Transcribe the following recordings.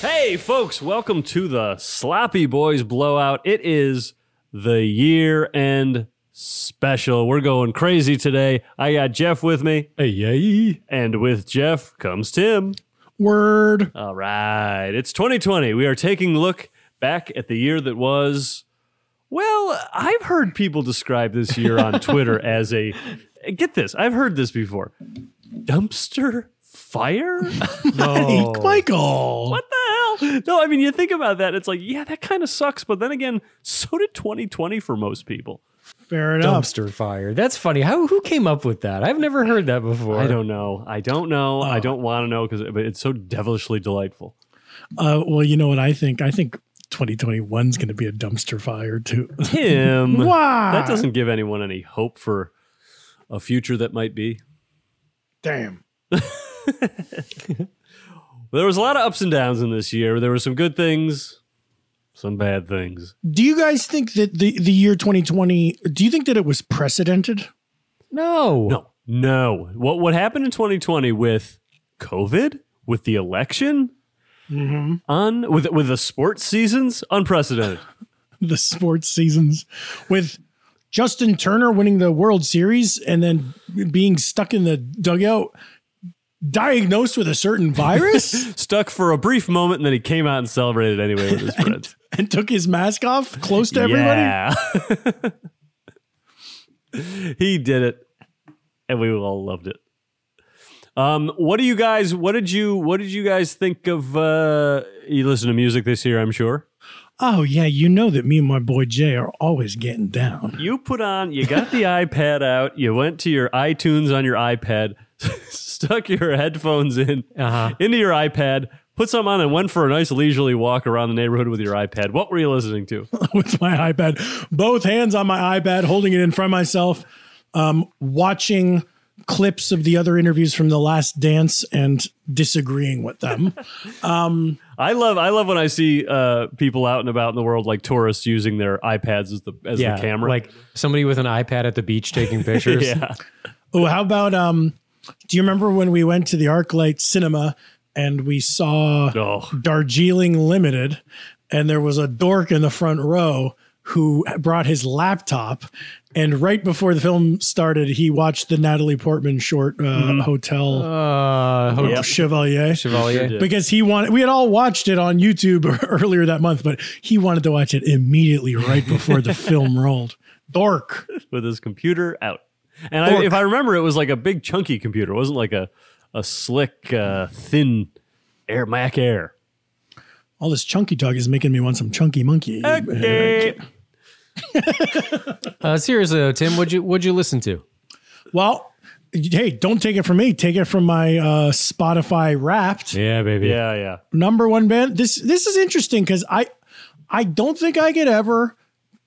Hey, folks, welcome to the Sloppy Boys Blowout. It is the year end special. We're going crazy today. I got Jeff with me, Hey, yay. and with Jeff comes Tim. Word. All right, it's 2020. We are taking a look back at the year that was. Well, I've heard people describe this year on Twitter as a get this, I've heard this before dumpster fire. No. Michael. Oh. what the hell? No, I mean, you think about that, it's like, yeah, that kind of sucks. But then again, so did 2020 for most people. Fair enough. Dumpster fire. That's funny. How who came up with that? I've never heard that before. I don't know. I don't know. I don't want to know because it's so devilishly delightful. Uh, well, you know what I think? I think 2021 is going to be a dumpster fire too. Tim, Why? that doesn't give anyone any hope for a future that might be. Damn. There was a lot of ups and downs in this year. There were some good things, some bad things. Do you guys think that the the year 2020? Do you think that it was precedented? No. No, no. What what happened in 2020 with COVID, with the election, on with with the sports seasons, unprecedented. The sports seasons with Justin Turner winning the World Series and then being stuck in the dugout, diagnosed with a certain virus, Stuck for a brief moment, and then he came out and celebrated anyway with his friends. and took his mask off close to everybody. Yeah. he did it, and we all loved it. Um, what do you guys? What did you? What did you guys think of? Uh, you listen to music this year, I'm sure. Oh yeah, you know that me and my boy Jay are always getting down. You put on, you got the iPad out, you went to your iTunes on your iPad, stuck your headphones in Uh-huh. into your iPad, put some on, and went for a nice leisurely walk around the neighborhood with your iPad. What were you listening to? with my iPad, both hands on my iPad, holding it in front of myself, um, watching clips of the other interviews from The Last Dance and disagreeing with them. I love I love when I see uh, people out and about in the world, like tourists, using their iPads as the as Yeah. the camera. Like somebody with an iPad at the beach taking pictures. yeah, oh, how about um, do you remember when we went to the ArcLight Cinema and we saw oh, Darjeeling Limited, and there was a dork in the front row who brought his laptop. And right before the film started, he watched the Natalie Portman short uh, Hotel Uh, Hotel Yep. Chevalier. Chevalier. did. because he wanted we had all watched it on YouTube earlier that month, but he wanted to watch it immediately right before the film rolled. Dork. with his computer out. And I, Or- if I remember, it was like a big chunky computer. It wasn't like a a slick uh, thin Air Mac Air. All this chunky talk is making me want some chunky monkey. Okay. Uh, seriously though, Tim, what'd you what'd you listen to? Well, hey, don't take it from me. Take it from my uh, Spotify Wrapped Yeah, baby. Yeah, yeah. number one band. This this is interesting because I I don't think I could ever.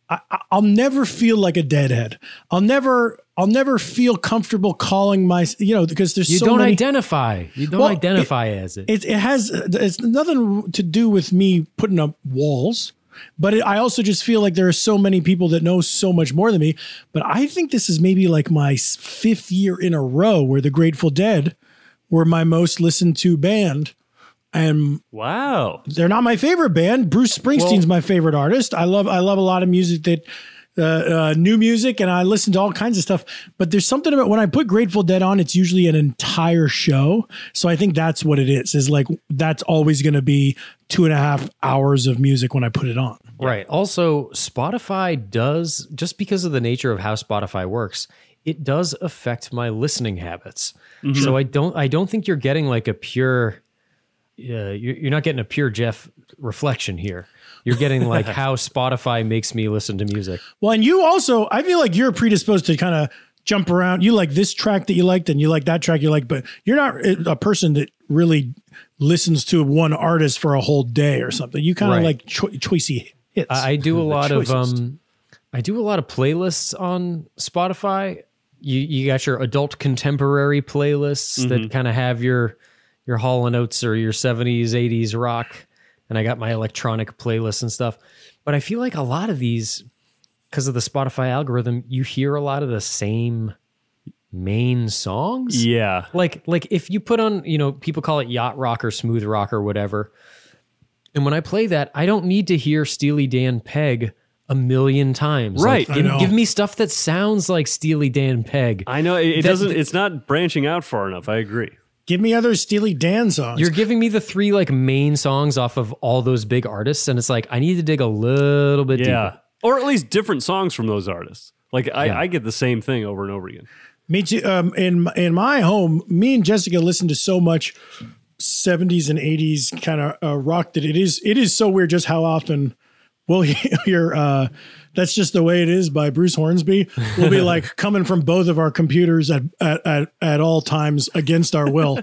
I, I- I'll never feel like a deadhead. I'll never. I'll never feel comfortable calling my. You know, because there's You so don't many. identify. You don't Well, identify as it. it, it has it's nothing to do with me putting up walls but it, i also just feel like there are so many people that know so much more than me but i think this is maybe like my s- fifth year in a row where the grateful dead were my most listened to band and Wow. they're not my favorite band bruce springsteen's my favorite artist i love i love a lot of music that uh, uh, new music and I listen to all kinds of stuff, but there's something about when I put Grateful Dead on, it's usually an entire show. So I think that's what it is. Is like that's always going to be two and a half hours of music when I put it on. Right. Also, Spotify does, just because of the nature of how Spotify works, it does affect my listening habits. So I don't, I don't think you're getting like a pure, uh, you're you're not getting a pure Jeff reflection here. You're getting like how Spotify makes me listen to music. Well, and you also, I feel like you're predisposed to kind of jump around. You like this track that you liked, and you like that track you like, but you're not a person that really listens to one artist for a whole day or something. You kind of Right. like cho- choicey hits. I, I do a lot of choicest. um, I do a lot of playlists on Spotify you you got your adult contemporary playlists that kind of have your your Hall and Oates or your 70s 80s rock and I got my electronic playlists and stuff but I feel like a lot of these because of the Spotify algorithm you hear a lot of the same main songs Yeah. like like if you put on you know people call it yacht rock or smooth rock or whatever and when i play that i don't need to hear steely dan peg a million times Right. Like, I give, know. give me stuff that sounds like steely dan peg I know it, it That- doesn't. It's not branching out far enough. I agree. Give me other Steely Dan songs. you're giving me the three like main songs off of all those big artists and it's like i need to dig a little bit Yeah, deeper or at least different songs from those artists. Like I, Yeah. I get the same thing over and over again. Me too. Um, in in my home, me and Jessica listen to so much '70s and '80s kind of uh, rock that it is it is so weird just how often we'll hear. Uh, That's just the way it is by Bruce Hornsby. We'll be like coming from both of our computers at at at, at all times against our will.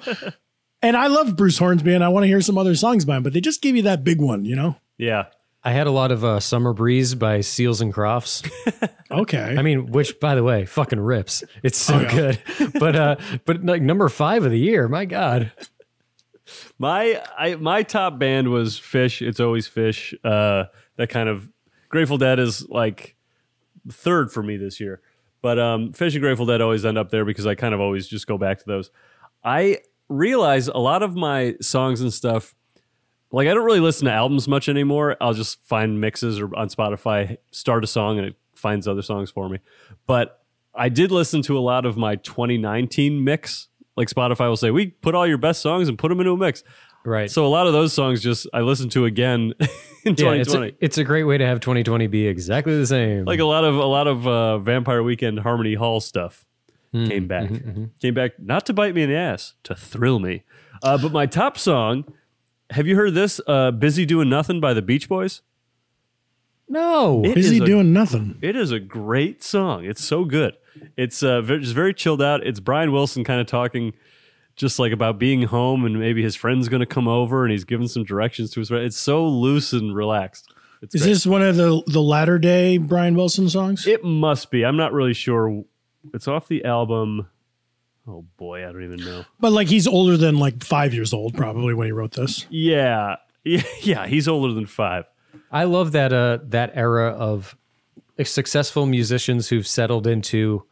And I love Bruce Hornsby, and I want to hear some other songs by him, but they just give you that big one, you know? Yeah, i had a lot of uh, summer breeze by seals and crofts Okay. I mean, which by the way, fucking rips. It's Oh, so good. But uh but like number five of the year, my God. my I, my top band was Fish. It's always Fish. Uh, that kind of Grateful Dead is like third for me this year. But um, Fish and Grateful Dead always end up there because I kind of always just go back to those. I realize a lot of my songs and stuff. Like I don't really listen to albums much anymore. I'll just find mixes or on Spotify, start a song, and it finds other songs for me. But I did listen to a lot of my 2019 mix. Like Spotify will say, we put all your best songs and put them into a mix. Right. So a lot of those songs just I listened to again in yeah, 2020 it's a, it's a great way to have 2020 be exactly the same. like a lot of a lot of uh, Vampire Weekend Harmony Hall stuff Hmm, came back, came back not to bite me in the ass, to thrill me. Uh, but my top song, have you heard this? Uh, "Busy Doing Nothing" by the Beach Boys. no. It Busy is a- doing nothing. It is a great song. It's so good. It's uh, ve- just very chilled out. It's Brian Wilson kind of talking, just like about being home and maybe his friend's going to come over and he's giving some directions to his friend. It's so loose and relaxed. It's Is great. this one of the the latter day Brian Wilson songs? It must be. I'm not really sure. It's off the album. Oh boy, I don't even know. But like he's older than like five years old, probably when he wrote this. Yeah, yeah, yeah. He's older than five. I love that uh that era of successful musicians who've settled into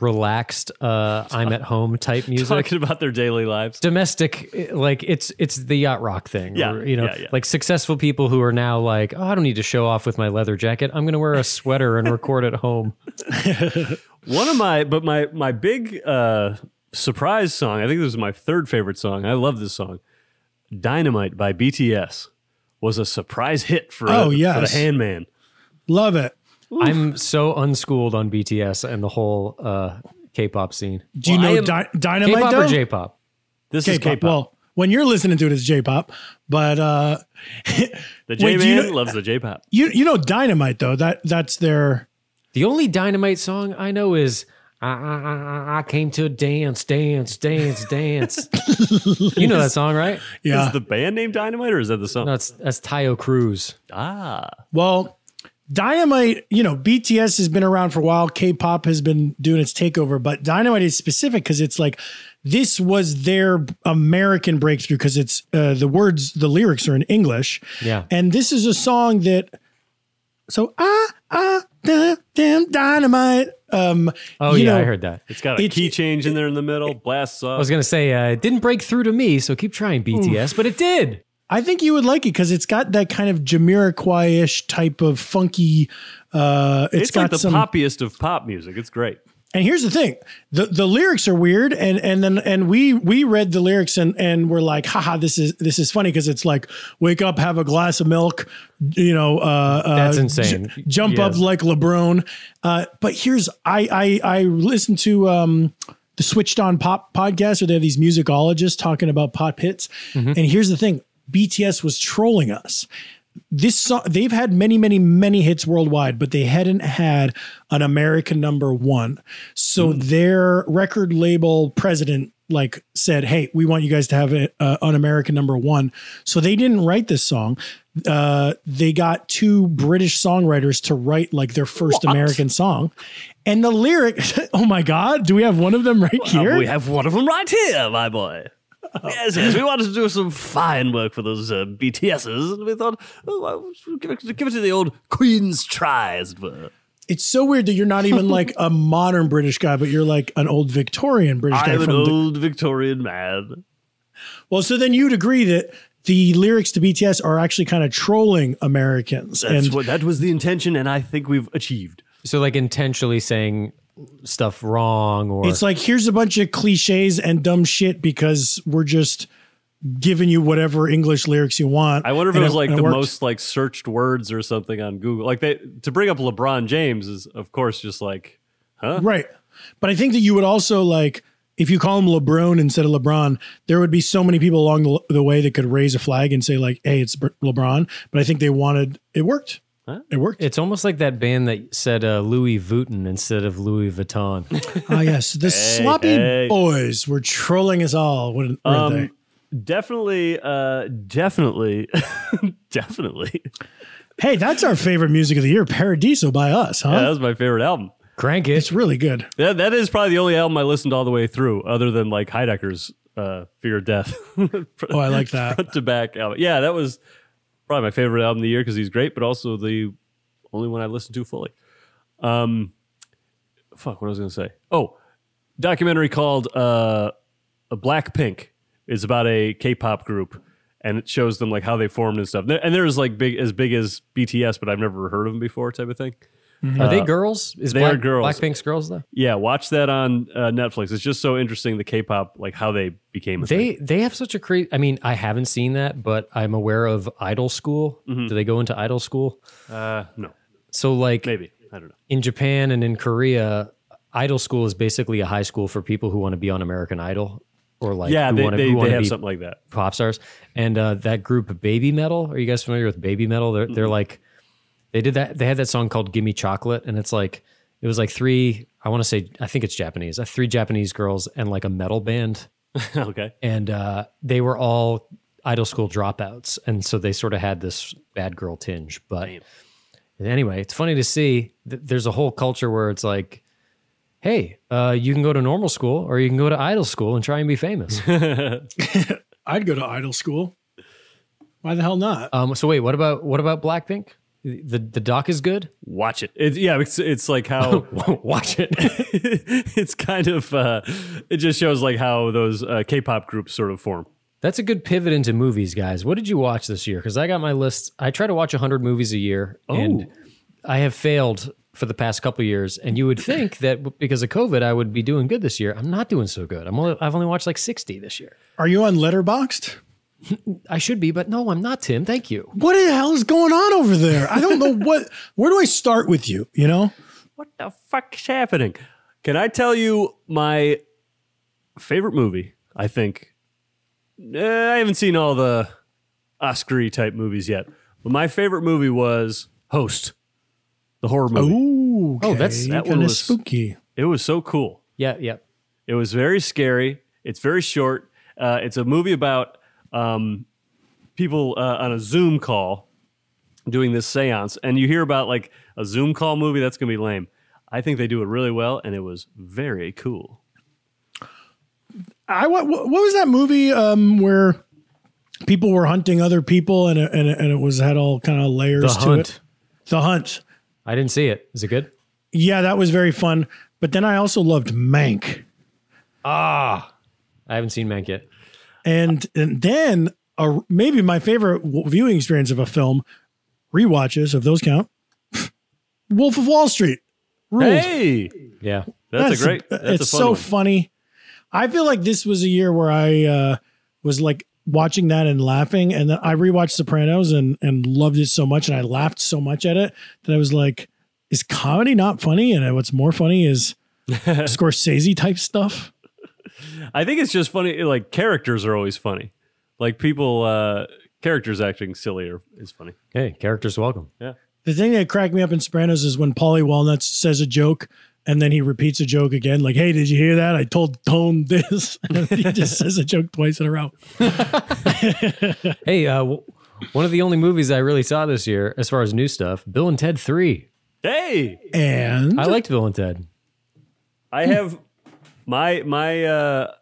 relaxed uh I'm at home type music. Talking about their daily lives. domestic like it's it's the yacht rock thing Yeah, or, you know yeah, yeah. like successful people who are now like oh i don't need to show off with my leather jacket i'm gonna wear a sweater and record at home One of my, but my my big uh, surprise song. I think this is my third favorite song. I love this song. "Dynamite" by BTS was a surprise hit for Oh, a, for the yes. Handman. Love it. i'm so unschooled on bts and the whole uh k-pop scene Do you Well, I know am Dy- Dynamite k-pop though? or j-pop This is K-pop. K-pop. Well, when you're listening to it, it's J-pop. But uh, the wait, J-Man do you know- loves the J-pop. you you know Dynamite though. That that's their the only dynamite song i know is "Ah, I, I, I, I came to dance, dance, dance, dance. you know that song, right? yeah. Is the band name Dynamite or is that the song? No, it's that's Tayo Cruz. Ah, well, Dynamite. You know BTS has been around for a while. K-pop has been doing its takeover, but Dynamite is specific because it's like this was their American breakthrough because it's uh, the words, the lyrics are in English. Yeah. And this is a song that so ah ah da, damn dynamite. Um Oh you yeah, know, I heard that. it's got a It- key change in there in the middle. Blasts off. I was gonna say uh, it didn't break through to me, so keep trying BTS, but it did. I think you would like it because it's got that kind of Jamiroquai-ish type of funky uh it's got like the some poppiest of pop music. It's great. and here's the thing the the lyrics are weird and and then and we we read the lyrics and and we're like haha this is this is funny because it's like wake up have a glass of milk you know uh, uh That's insane. j- jump up Yes. like lebron uh but here's i i i listened to um the switched on pop podcast where they have these musicologists talking about pop hits Mm-hmm. and here's the thing bts was trolling us this song they've had many many many hits worldwide but they hadn't had an american number one so Hmm. their record label president like said hey we want you guys to have a, uh, an american number one so they didn't write this song uh, they got two British songwriters to write like their first American song. And the lyric, oh my God, do we have one of them right here? Uh, We have one of them right here, my boy. Yes, yes, we wanted to do some fine work for those uh, BTSs, and we thought, oh, well, give, it, give it to the old Queen's try, as it were. it's so weird that you're not even like a modern British guy, but you're like an old Victorian British guy I'm an from the old Victorian man. Well, so then you'd agree that the lyrics to BTS are actually kind of trolling Americans. That's and what, that was the intention, and I think we've achieved. So like intentionally saying stuff wrong or it's like, here's a bunch of cliches and dumb shit because we're just giving you whatever English lyrics you want. I wonder if And it was like and the works. most like searched words or something on Google. Like they to bring up LeBron James is of course just like Right. But I think that you would also like, if you call him LeBron instead of LeBron, there would be so many people along the, the way that could raise a flag and say, like, hey, it's Br- LeBron. But I think they wanted, it worked. It worked. It's almost like that band that said uh, Louis Vuitton instead of Louis Vuitton. Ah, yes. The sloppy hey. boys were trolling us all, weren't weren't they? um, definitely, uh, definitely, definitely. Hey, that's our favorite music of the year, Paradiso by us, huh? Yeah, that was my favorite album. Crank it's it. really good. That, that is probably the only album I listened all the way through, other than like Heidecker's uh, Fear of Death. Oh, I like that. Front to back album. Yeah, that was probably my favorite album of the year because he's great, but also the only one I listened to fully. Um, fuck, what was I going to say? Oh, documentary called uh, Black Pink is about a K-pop group, and it shows them like how they formed and stuff. And there's like big as big as BTS, but I've never heard of them before, type of thing. Are they girls? Is they Black, are girls. Blackpink's girls though? Yeah, watch that on uh, Netflix. It's just so interesting the K-pop, like how they became. A thing. They they have such a crazy. I mean, I haven't seen that, but I'm aware of Idol School. Mm-hmm. Do they go into Idol School? uh, no, So like maybe I don't know. in Japan and in Korea, Idol School is basically a high school for people who want to be on American Idol or like yeah, who they, want to, they, who want they to have be something like that. pop stars. And uh, that group Baby Metal, are you guys familiar with Baby Metal? They're Mm-hmm. they're like they did that they had that song called Gimme Chocolate and it's like it was like three I want to say I think it's Japanese. Uh, three Japanese girls and like a metal band okay, and uh, they were all idol school dropouts and so they sort of had this bad girl tinge but anyway it's funny to see th- there's a whole culture where it's like hey uh, you can go to normal school or you can go to idol school and try and be famous I'd go to idol school. Why the hell not? um, so wait what about what about blackpink the, the doc is good watch it. It's yeah, it's it's like how watch it it's kind of uh, it just shows like how those uh, K-pop groups sort of form. That's a good pivot into movies, guys. What did you watch this year? Because I got my list. I try to watch 100 movies a year, and I have failed for the past couple years. And you would think that w- because of COVID, I would be doing good this year. I'm not doing so good. I'm only, I've only watched like 60 this year. Are you on Letterboxed? I should be, but no, I'm not, Tim. Thank you. What the hell is going on over there? I don't know what. Where do I start with you? You know, What the fuck is happening? Can I tell you my favorite movie? I think Eh, I haven't seen all the Oscar type movies yet, but my favorite movie was Host, the horror movie. ooh, Oh, that's- that one kind of was- spooky. It was so cool. Yeah, yeah. It was very scary. It's very short. Uh, it's a movie about um, people uh, on a Zoom call doing this seance, and you hear about like a Zoom call movie that's gonna be lame. I think they do it really well, and it was very cool. I what, what was that movie um, where people were hunting other people and it, and it, and it was had all kind of layers The to Hunt. it. The hunt. I didn't see it. Is it good? Yeah, that was very fun. But then I also loved Mank. I haven't seen Mank yet. and and then a, maybe my favorite w- viewing experience of a film rewatches if those count wolf of wall street ruled. Hey, Yeah. that's, a great. that's it's a fun so one. funny i feel like this was a year where i uh was like watching that and laughing and then i rewatched sopranos and and loved it so much and i laughed so much at it that i was like is comedy not funny and what's more funny is scorsese type stuff I think it's just funny. Like characters are always funny. Like people, uh, characters acting silly are, is funny. Hey, characters welcome. The thing that cracked me up in Sopranos is when Paulie Walnuts says a joke and then he repeats a joke again, like, hey, did you hear that? I told Tone this. And he just says a joke twice in a row. Hey, uh, w- One of the only movies I really saw this year, as far as new stuff, Bill and Ted 3. Hey, And I liked Bill and Ted. I have my my. uh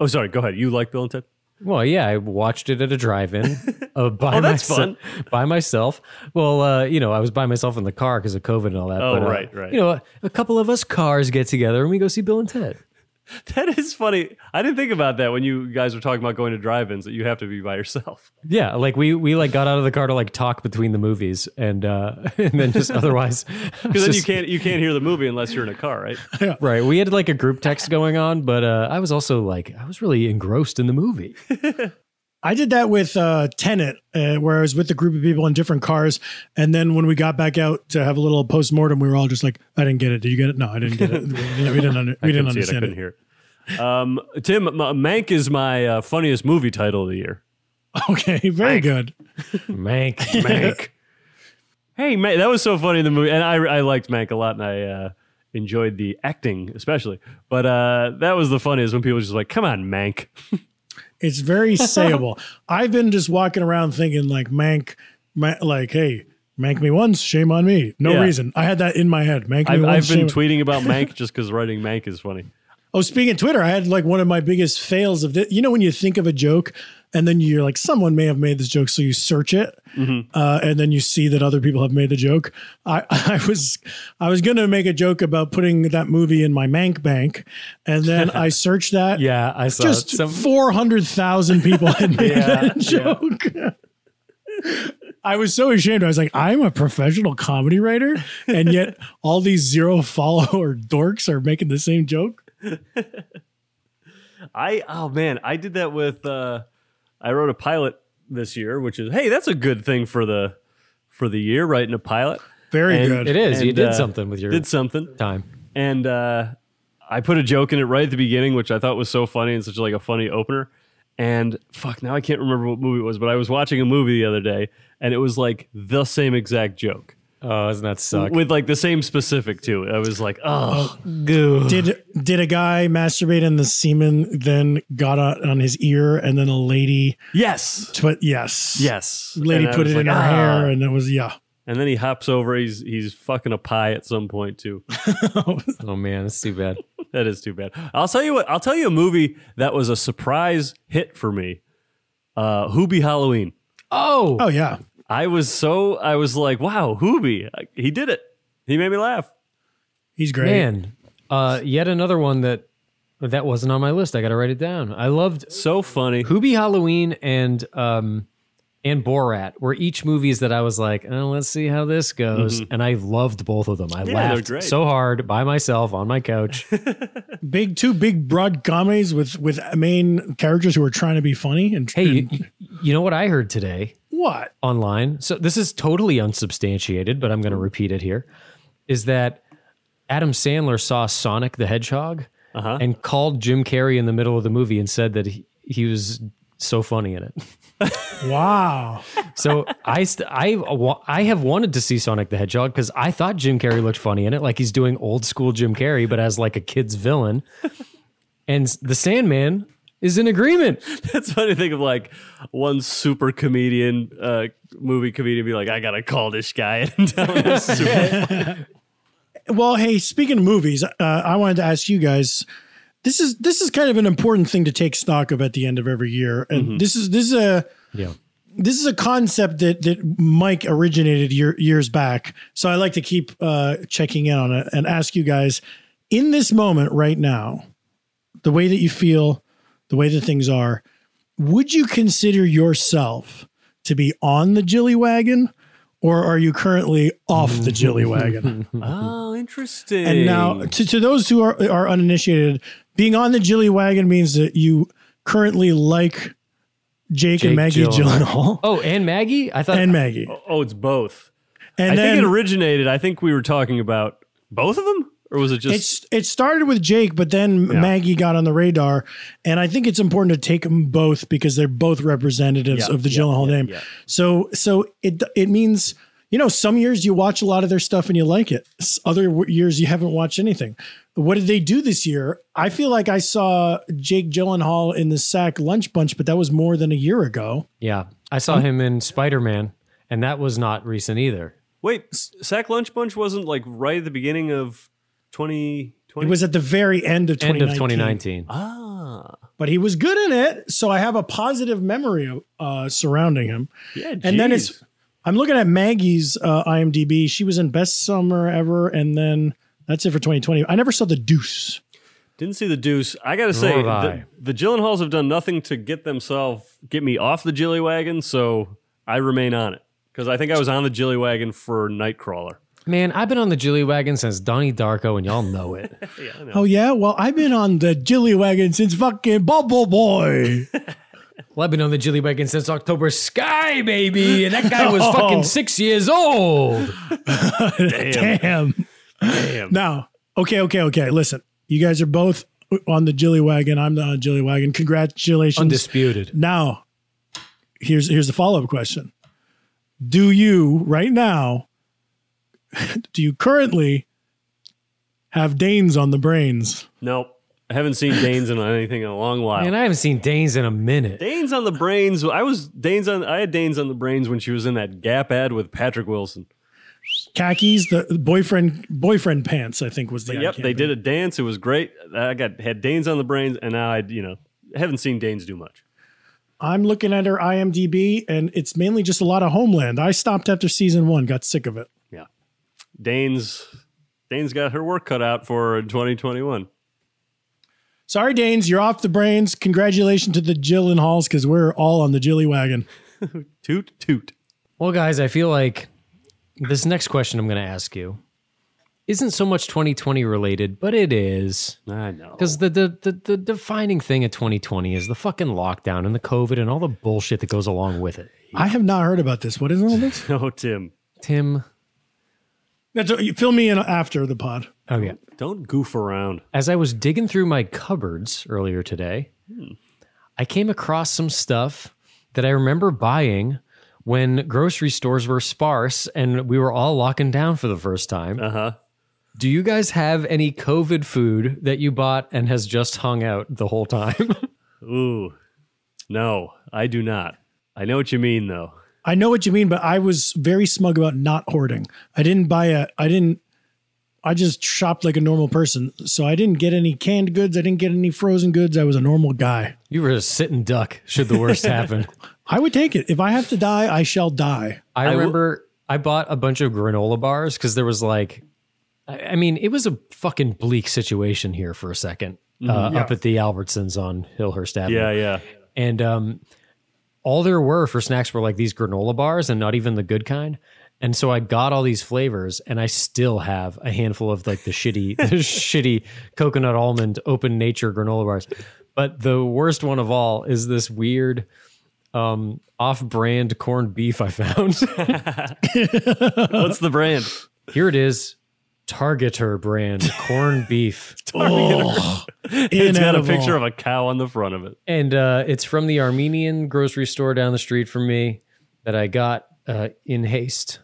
Oh, sorry. Go ahead. You like Bill and Ted? Well, yeah, I watched it at a drive-in uh, by Oh, that's myself. By myself. Well, uh, you know, I was by myself in the car because of COVID and all that. Oh, but, uh, right, right. You know, a, a couple of us cars get together and we go see Bill and Ted. That is funny. I didn't think about that when you guys were talking about going to drive-ins that you have to be by yourself. Yeah, like we we like got out of the car to like talk between the movies and uh, and then just otherwise Because then you can't you can't hear the movie unless you're in a car, right? Right, we had like a group text going on, but uh, I was also like I was really engrossed in the movie. I did that with uh, Tenet, uh, where I was with a group of people in different cars, and then when we got back out to have a little post mortem, we were all just like, "I didn't get it. Did you get it? No, I didn't get it. We didn't, we didn't under- we didn't Couldn't see understand I it." couldn't hear it. Um, Tim, M- Mank is my uh, funniest movie title of the year. Okay, very good. Mank, Mank. hey, man, that was so funny in the movie, and I I liked Mank a lot, and I uh, enjoyed the acting especially. But uh, that was the funniest when people were just like, "Come on, Mank." It's very sayable. I've been just walking around thinking like Mank, ma- like hey, Mank me once, shame on me. No Yeah. reason. I had that in my head. Mank me I've, I've once. been shame- tweeting about Mank just because writing Mank is funny. oh, speaking of Twitter, I had like one of my biggest fails of this. You know when you think of a joke. And then you're like, someone may have made this joke, so you search it, Mm-hmm. uh, and then you see that other people have made the joke. I, I was, I was gonna make a joke about putting that movie in my Mank bank, and then I searched that. yeah, I saw just some. four hundred thousand people had made that joke. I was so ashamed. I was like, I'm a professional comedy writer, and yet all these zero follower dorks are making the same joke. I oh man, I did that with uh I wrote a pilot this year, which is hey, that's a good thing for the for the year, writing a pilot. Very And- good. it is you and, did uh, something with your Did something. time. And uh I put a joke in it right at the beginning, which I thought was so funny and such like a funny opener. And fuck, now I can't remember what movie it was, but I was watching a movie the other day and it was like the same exact joke. Oh, doesn't that suck? With like the same specific to it. I was like, oh, Did did a guy masturbate and the semen then got on, on his ear, and then a lady? yes. But yes, Yes. lady And I put was it in her like, "Ah." hair, and it was yeah. And then he hops over. He's he's fucking a pie at some point too. oh man, that's too bad. that is too bad. I'll tell you what. I'll tell you a movie that was a surprise hit for me. Uh, Hoobie Halloween. Oh, Oh yeah, I was so I was like, wow, Hoobie. I- He did it. He made me laugh. he's great. man, uh, yet another one that that wasn't on my list. I got to write it down. I loved So funny. Hoobie Halloween and um and Borat were each movies that I was like, oh, let's see how this goes, and I loved both of them. I Mm-hmm. they're laughed great. so hard by myself on my couch. Big two big broad comedies with with main characters who are trying to be funny and hey, and- you, you know what I heard today? What? online. So this is totally unsubstantiated, but I'm going to repeat it here. Is that Adam Sandler saw Sonic the Hedgehog and called Jim Carrey in the middle of the movie and said that he, he was so funny in it. Wow. So I st- I wa- I have wanted to see Sonic the Hedgehog because I thought Jim Carrey looked funny in it, like he's doing old school Jim Carrey, but as like a kid's villain. And the Sandman is in agreement. That's funny. to Think of like one super comedian, uh, movie comedian, be like, I gotta call this guy and tell him it's super Well, hey, speaking of movies, uh, I wanted to ask you guys. This is this is kind of an important thing to take stock of at the end of every year, and this is this is a Yeah. this is a concept that that Mike originated year, years back. So I like to keep uh, checking in on it and ask you guys in this moment right now, the way that you feel, the way that things are, would you consider yourself to be on the Jilly wagon, or are you currently off the Jilly wagon? Oh, interesting. And now, uh, to, to those who are, are uninitiated, being on the Jilly wagon means that you currently like Jake, Jake and Maggie Gyllenhaal. Gyllenhaal Oh, and Maggie? I thought and Maggie. oh, it's both. And I then think it originated. I think we were talking about both of them, or was it just it's it started with Jake, but then Maggie got on the radar, and I think it's important to take them both because they're both representatives Yeah, of the yeah, Gyllenhaal yeah, name. yeah. So so it it means you know some years you watch a lot of their stuff and you like it. S- Other w- years you haven't watched anything. What did they do this year? I feel like I saw Jake Gyllenhaal in the sack lunch bunch, but that was more than a year ago. Yeah, I saw him in Spider Man, and that was not recent either. Wait, S- Sack Lunch Bunch wasn't like right at the beginning of 2020? It was at the very end of End 2019. of 2019. Ah. But he was good in it, so I have a positive memory uh, surrounding him. Yeah, And then geez. it's I'm looking at Maggie's uh, IMDb. She was in Best Summer Ever, and then that's it for 2020. I never saw The Deuce. Didn't see the deuce. I gotta say, have the, I. the Gyllenhaals have done nothing to get themselves get me off the Jilly wagon, so I remain on it because I think I was on the Jilly wagon for Nightcrawler. Man, I've been on the Jilly wagon since Donnie Darko, and y'all know it. Oh yeah, well I've been on the Jilly wagon since fucking Bubble Boy. well, I've been on the Jilly wagon since October Sky, baby, and that guy was fucking six years old. Damn. Damn. Now, okay, okay, okay. Listen, you guys are both on the Jilly wagon. I'm on the Jilly wagon. Congratulations. Undisputed. Now, here's here's the follow up question: Do you right now? Do you currently have Danes on the brains? Nope. I haven't seen Danes in anything in a long while. Man, I haven't seen Danes in a minute. Danes on the brains. I was Danes on. I had Danes on the brains when she was in that Gap ad with Patrick Wilson. Khakis, the the boyfriend boyfriend pants. I think was the. ad yep, they campaign. did a dance. It was great. I got had Danes on the brains, and now I, you know, haven't seen Danes do much. I'm looking at her IMDb, and it's mainly just a lot of Homeland. I stopped after season one, got sick of it. Yeah, Danes. Danes got her work cut out for her in 2021. Sorry, Danes, you're off the brains. Congratulations to the Jill and Halls because we're all on the Jilly wagon. Toot toot. Well, guys, I feel like this next question I'm going to ask you isn't so much 2020 related, but it is. I know. Because the, the the the defining thing of 2020 is the fucking lockdown and the COVID and all the bullshit that goes along with it. I have not heard about this. What is all this? No, Tim, Tim, That's, fill me in after the pod. oh yeah. don't goof around. As I was digging through my cupboards earlier today, I came across some stuff that I remember buying when grocery stores were sparse and we were all locking down for the first time. Uh huh. Do you guys have any COVID food that you bought and has just hung out the whole time? Ooh. No, I do not. I know what you mean, though. I know what you mean, but I was very smug about not hoarding. I didn't buy a, I didn't, I just shopped like a normal person. So I didn't get any canned goods. I didn't get any frozen goods. I was a normal guy. you were a sitting duck should the worst happen. I would take it. If I have to die, I shall die. I will- remember I bought a bunch of granola bars because there was like, I I mean, it was a fucking bleak situation here for a 2nd uh, up at the Albertsons on Hillhurst Avenue. Mm-hmm. Yeah, yeah. And um, all there were for snacks were like these granola bars and not even the good kind. And so I got all these flavors and I still have a handful of like the shitty, the shitty coconut almond open nature granola bars. But the worst one of all is this weird um, off brand corned beef I found. What's the brand? Here it is. Targeter brand corned beef, Oh, It's got a Inedible. picture of a cow on the front of it. and uh, it's from the Armenian grocery store down the street from me that I got uh, in haste.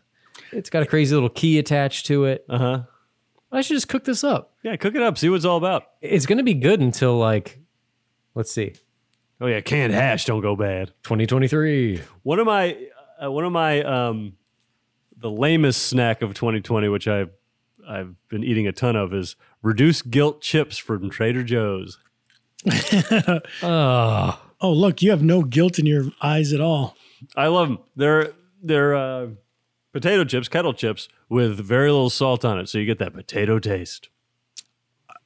It's got a crazy little key attached to it. Uh huh. I should just cook this up. Yeah, cook it up. See what it's all about. It's going to be good until like, let's see, Oh yeah, canned hash don't go bad. 2023. One of my uh, one of my um, the lamest snack of 2020, which I've I've been eating a ton of, is reduced guilt chips from Trader Joe's. Oh, Oh, look, you have no guilt in your eyes at all. I love them. They're they're uh, potato chips, kettle chips with very little salt on it, so you get that potato taste.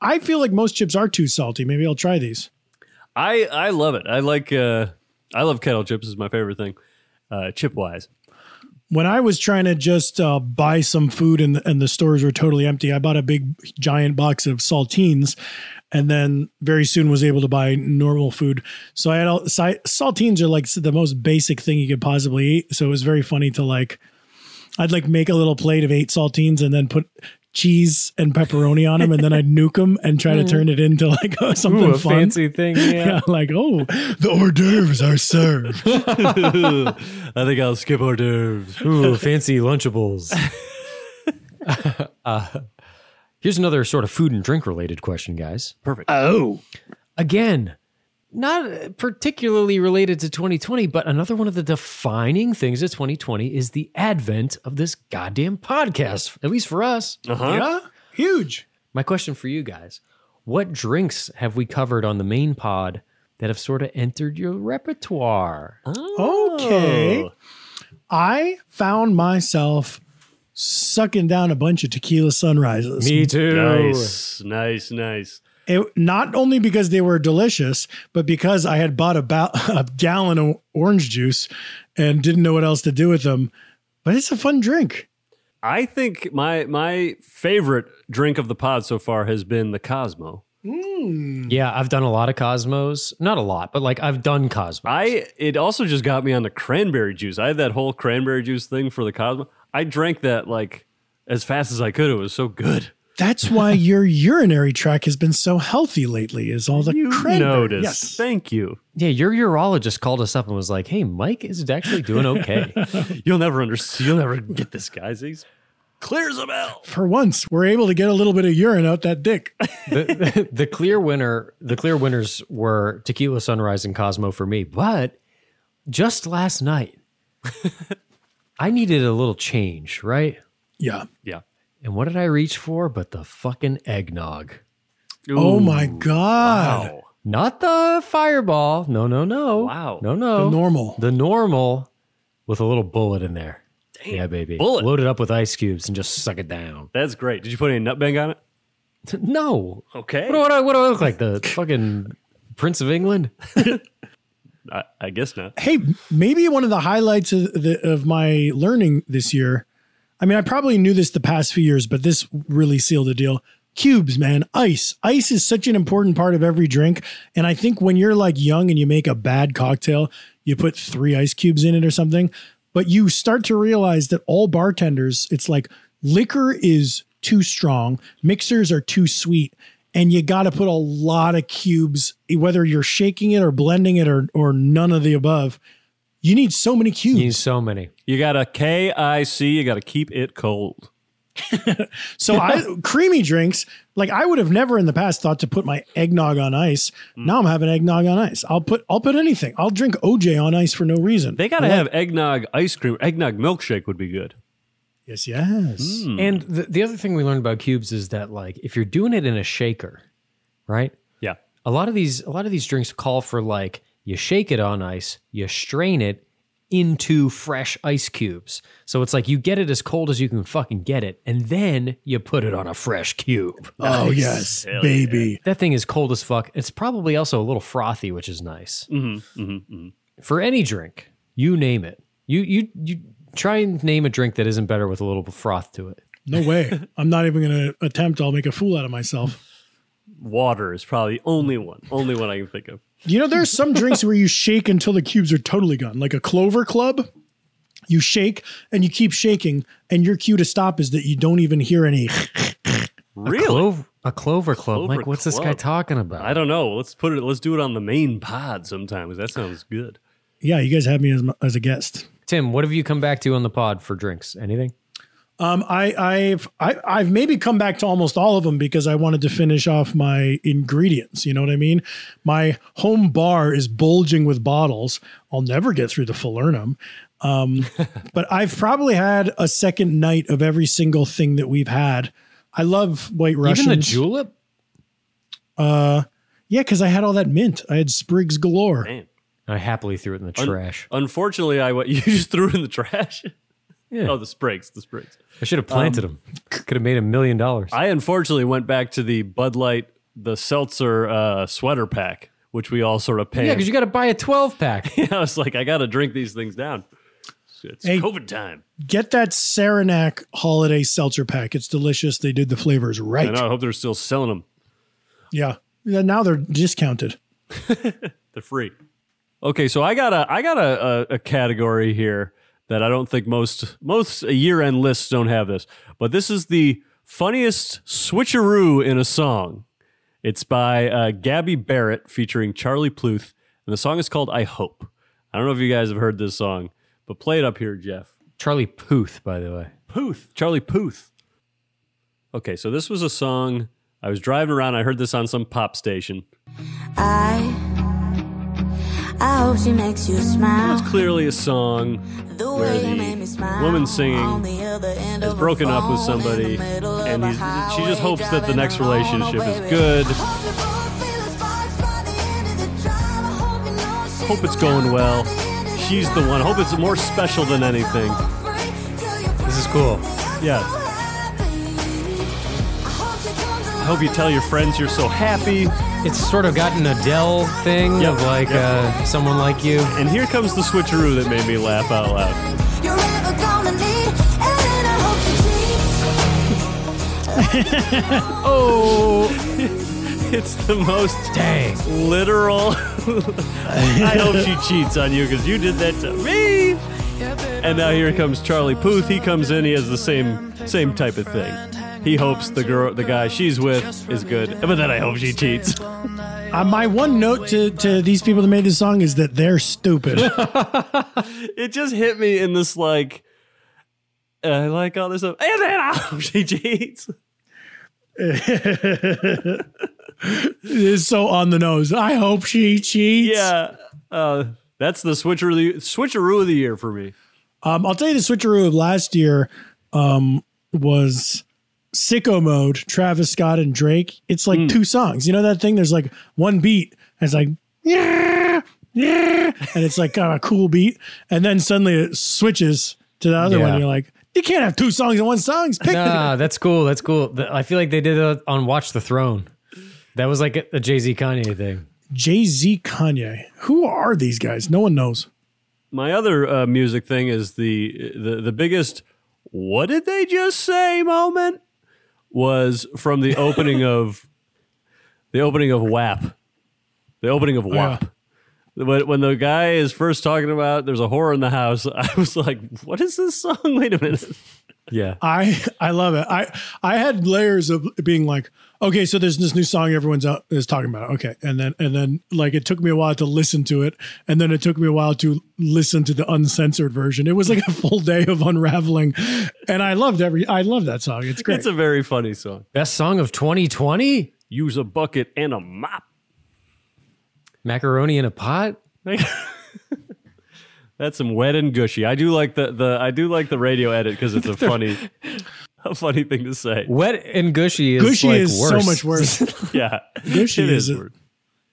I feel like most chips are too salty. Maybe I'll try these. I I love it. I like uh, I love kettle chips is my favorite thing. Uh, chip wise, When I was trying to just uh, buy some food and, and the stores were totally empty, I bought a big giant box of saltines and then very soon was able to buy normal food. So I had all si- saltines are like the most basic thing you could possibly eat. So it was very funny to like, I'd like make a little plate of eight saltines and then put cheese and pepperoni on them and then I'd nuke them and try to turn it into like something Mm. ooh, a fun. fancy thing. Yeah. Yeah, like, oh, the hors d'oeuvres are served. I think I'll skip hors d'oeuvres. Ooh, fancy Lunchables. uh, Here's another sort of food and drink related question, guys. Perfect. Oh, Again, not particularly related to 2020, but another one of the defining things of 2020 is the advent of this goddamn podcast, at least for us. Uh-huh. Yeah, huge. My question for you guys What drinks have we covered on the main pod that have sort of entered your repertoire? Oh. Okay. I found myself sucking down a bunch of tequila sunrises. too. Nice, nice, nice. It- not only because they were delicious, but because I had bought about a gallon of orange juice and didn't know what else to do with them. But it's a fun drink. I think my my favorite drink of the pod so far has been the Cosmo. Yeah, I've done a lot of Cosmos. Not a lot, but like I've done Cosmos. I it also just got me on the cranberry juice. I had that whole cranberry juice thing for the Cosmo. I drank that like as fast as I could. It was so good. That's why your urinary tract has been so healthy lately. Is all the You cranberry. noticed. Yes. Thank you. Yeah, your urologist called us up and was like, "Hey, Mike is actually doing okay." You'll never understand. You'll never get this, guys. He's clear as a bell. For once, we're able to get a little bit of urine out that dick. the, the clear winner, the clear winners were Tequila Sunrise and Cosmo for me. But just last night, I needed a little change, right? Yeah. Yeah. And what did I reach for? But the fucking eggnog. Oh Ooh, my god. Wow. Not the fireball. No, no, no. Wow. No, no. The normal. The normal with a little bullet in there. yeah, baby. Bullet. Load it up with ice cubes and just suck it down. That's great. Did you put any nutmeg on it? No. Okay. What do, what, do, what do I look like? The fucking Prince of England? I, I guess not. hey, maybe one of the highlights of, the, of my learning this year. I mean, I probably knew this the past few years, but this really sealed the deal. Cubes, man, ice. Ice is such an important part of every drink. And I think when you're like young and you make a bad cocktail, you put three ice cubes in it or something. But you start to realize that all bartenders, it's like liquor is too strong, mixers are too sweet and you got to put a lot of cubes whether you're shaking it or blending it or or none of the above you need so many cubes You need so many. You got a K I C. You got to keep it cold. so i creamy drinks like i would have never in the past thought to put my eggnog on ice now i'm having eggnog on ice i'll put i'll put anything i'll drink oj on ice for no reason They got to have eggnog ice cream. Eggnog milkshake would be good. yes yes Hmm. And the, the other thing we learned about cubes is that, like, if you're doing it in a shaker, right? Yeah. a lot of these a lot of these drinks call for like you shake it on ice, you strain it into fresh ice cubes. So it's like you get it as cold as you can fucking get it, and then you put it on a fresh cube. oh yes baby That thing is cold as fuck. It's probably also a little frothy, which is nice. Mm-hmm, mm-hmm, For any drink, you name it. You you you try and name a drink that isn't better with a little froth to it. no way i'm not even gonna attempt i'll make a fool out of myself Water is probably the only one. Only one I can think of. You know, there are some drinks where you shake until the cubes are totally gone, like a clover club. You shake and you keep shaking, and your cue to stop is that you don't even hear any. Really? Clove, a clover club. Clover Mike, what's this guy Club. talking about? I don't know. Let's put it. Let's do it on the main pod sometimes. That sounds good. Yeah, you guys have me as, my- as a guest. Tim, what have you come back to on the pod for drinks? Anything? Um, I, I've I, I've maybe come back to almost all of them because I wanted to finish off my ingredients. You know what I mean? My home bar is bulging with bottles. I'll never get through the falernum. Um, but I've probably had a second night of every single thing that we've had. I love White Russians. Even the julep? Yeah, because I had all that mint. I had Sprigs galore. Man. I happily threw it in the Un- trash. Unfortunately, I went. You just threw it in the trash. Yeah. Oh, the sprigs. The sprigs. I should have planted them. Could have made a million dollars. Um, I unfortunately went back to the Bud Light, the seltzer uh, sweater pack, which we all sort of Yeah, panned. because you got to buy a 12 pack. I was like, I got to drink these things down. It's Hey. COVID time. Get that Saranac holiday seltzer pack. It's delicious. They did the flavors I know. right. I hope they're still selling them. Yeah. Yeah, Now they're discounted. They're free. Okay, so I got a I got a, a, a category here that I don't think most most year end lists don't have this, but this is the funniest switcheroo in a song. It's by uh, Gabby Barrett featuring Charlie Pluth, and the song is called "I Hope." I don't know if you guys have heard this song, but play it up here, Jeff. Charlie Puth, by the way. Puth, Charlie Puth. Okay, so this was a song I was driving around. I heard this on some pop station. I I hope she makes you smile. It's clearly a song The where way you made me the smile. woman singing on the other end has of a broken up with phone somebody, in the middle of and a he's, she highway just hopes that the driving next alone. Oh, relationship is baby. good. Hope you both feel the sparks by the end of the drive. I hope you know she's Hope it's the going one well. by the end of the She's the night. one. Hope it's more special than anything. This is cool. Yeah. I hope you tell your friends you're so happy. It's sort of got an Adele thing Yep, of like yep. uh, someone like you. And here comes the switcheroo that made me laugh out loud. You're ever gonna need, and then I hope she cheats. Oh, it's the most Dang. literal. I hope she cheats on you because you did that to me. And now here comes Charlie Puth. He comes in. He has the same same type of thing. He hopes the girl, the guy she's with, is good. But then I hope she cheats. Uh, my one note to, to these people that made this song is that they're stupid. It just hit me in this like. I like all this stuff. And then I hope she cheats. it's so on the nose. I hope she cheats. Yeah. Uh, that's the switcheroo, switcheroo of the year for me. Um, I'll tell you the switcheroo of last year um, was Sicko Mode, Travis Scott and Drake. It's like Hmm. two songs. You know that thing? There's like one beat. And it's like, yeah, yeah, and it's like kind of a cool beat. And then suddenly it switches to the other one. Yeah. You're like, you can't have two songs in one song. Pick Nah, that's cool. That's cool. Th- I feel like they did it on Watch the Throne. That was like a, a Jay Z Kanye thing. Jay Z, Kanye. Who are these guys? No one knows. My other uh, music thing is the, the the biggest "What did they just say?" moment was from the opening of the opening of WAP, the opening of WAP. When, when the guy is first talking about there's a horror in the house, I was like, "What is this song?" Wait a minute. Yeah. I I love it. I I had layers of being like, okay, so there's this new song everyone's out is talking about. Okay, and then and then like it took me a while to listen to it, and then it took me a while to listen to the uncensored version. It was like a full day of unraveling, and I loved every. I love that song. It's great. It's a very funny song. Best song of 2020? Use a bucket and a mop. Macaroni in a pot? Like- That's some wet and gushy. I do like the, the I do like the radio edit because it's a funny a funny thing to say. Wet and gushy is Gushy like is worse. so much worse. Yeah. Gushy It is a- weird.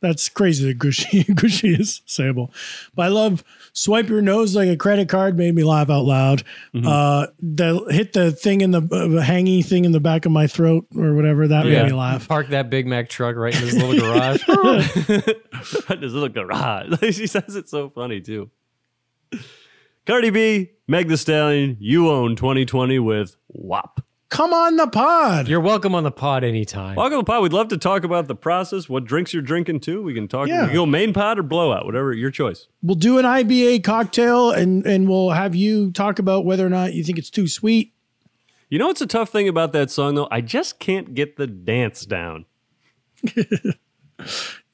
That's crazy that Gushy Gushy is sayable. But I love swipe your nose like a credit card made me laugh out loud. Uh, the hit the thing in the uh, hangy thing in the back of my throat or whatever that made me laugh. Park that Big Mac truck right in his little garage. This little garage. she says it's so funny too. Cardi B, Meg the Stallion, you own 2020 with WAP. Come on the pod. You're welcome on the pod anytime. Welcome to the pod. We'd love to talk about the process, what drinks you're drinking too. We can talk. Yeah. We can go main pod or blowout, whatever your choice. we'll do an IBA cocktail and and we'll have you talk about whether or not you think it's too sweet. You know what's a tough thing about that song though? I just can't get the dance down.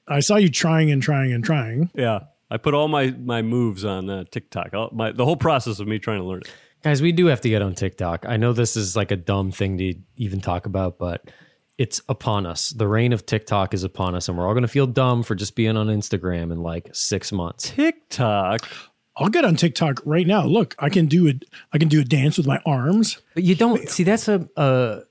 I saw you trying and trying and trying. Yeah. I put all my my moves on uh, TikTok. All, my the whole process of me trying to learn it. Guys, we do have to get on TikTok. I know this is like a dumb thing to even talk about, but it's upon us. The reign of TikTok is upon us, and we're all going to feel dumb for just being on Instagram in like six months. TikTok. I'll get on TikTok right now. Look, I can do it. I can do a dance with my arms. But you don't see that's a. Uh,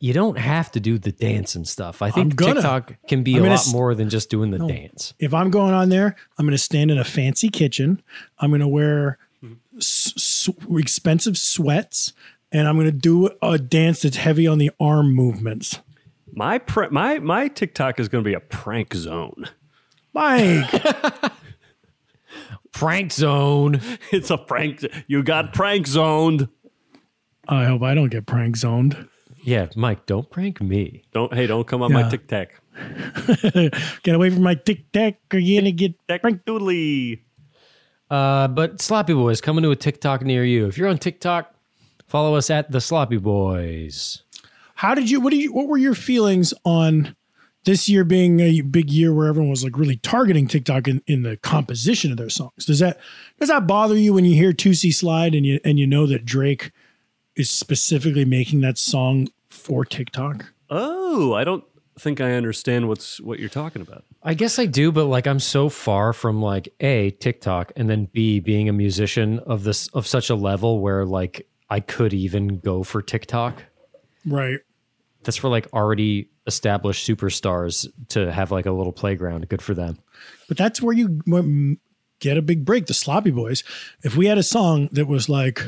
you don't have to do the dance and stuff. I think gonna. TikTok can be I'm a gonna lot s- more than just doing the dance. if I'm going on there, I'm going to stand in a fancy kitchen. I'm going to wear s- s- expensive sweats, and I'm going to do a dance that's heavy on the arm movements. My pr- my my TikTok is going to be a prank zone. Mike, Prank zone. It's a prank. You got prank zoned. I hope I don't get prank zoned. Yeah, Mike, don't prank me. Don't hey, don't come on Yeah. my tic tac. Get away from my tic tac, or you're going to get Tac prank. doodly. Uh, but Sloppy Boys coming to a TikTok near you. If you're on TikTok, follow us at the Sloppy Boys. How did you? What did you? What were your feelings on? This year being a big year where everyone was like really targeting TikTok in, in the composition of their songs, does that does that bother you when you hear Two C Slide and you and you know that Drake is specifically making that song for TikTok. Oh, I don't think I understand what's what you're talking about. I guess I do, but like I'm so far from like A, TikTok, and then B, being a musician of this of such a level where like I could even go for TikTok. Right. That's for like already established superstars to have like a little playground. Good for them. But that's where you m- get a big break. The Sloppy Boys. If we had a song that was like,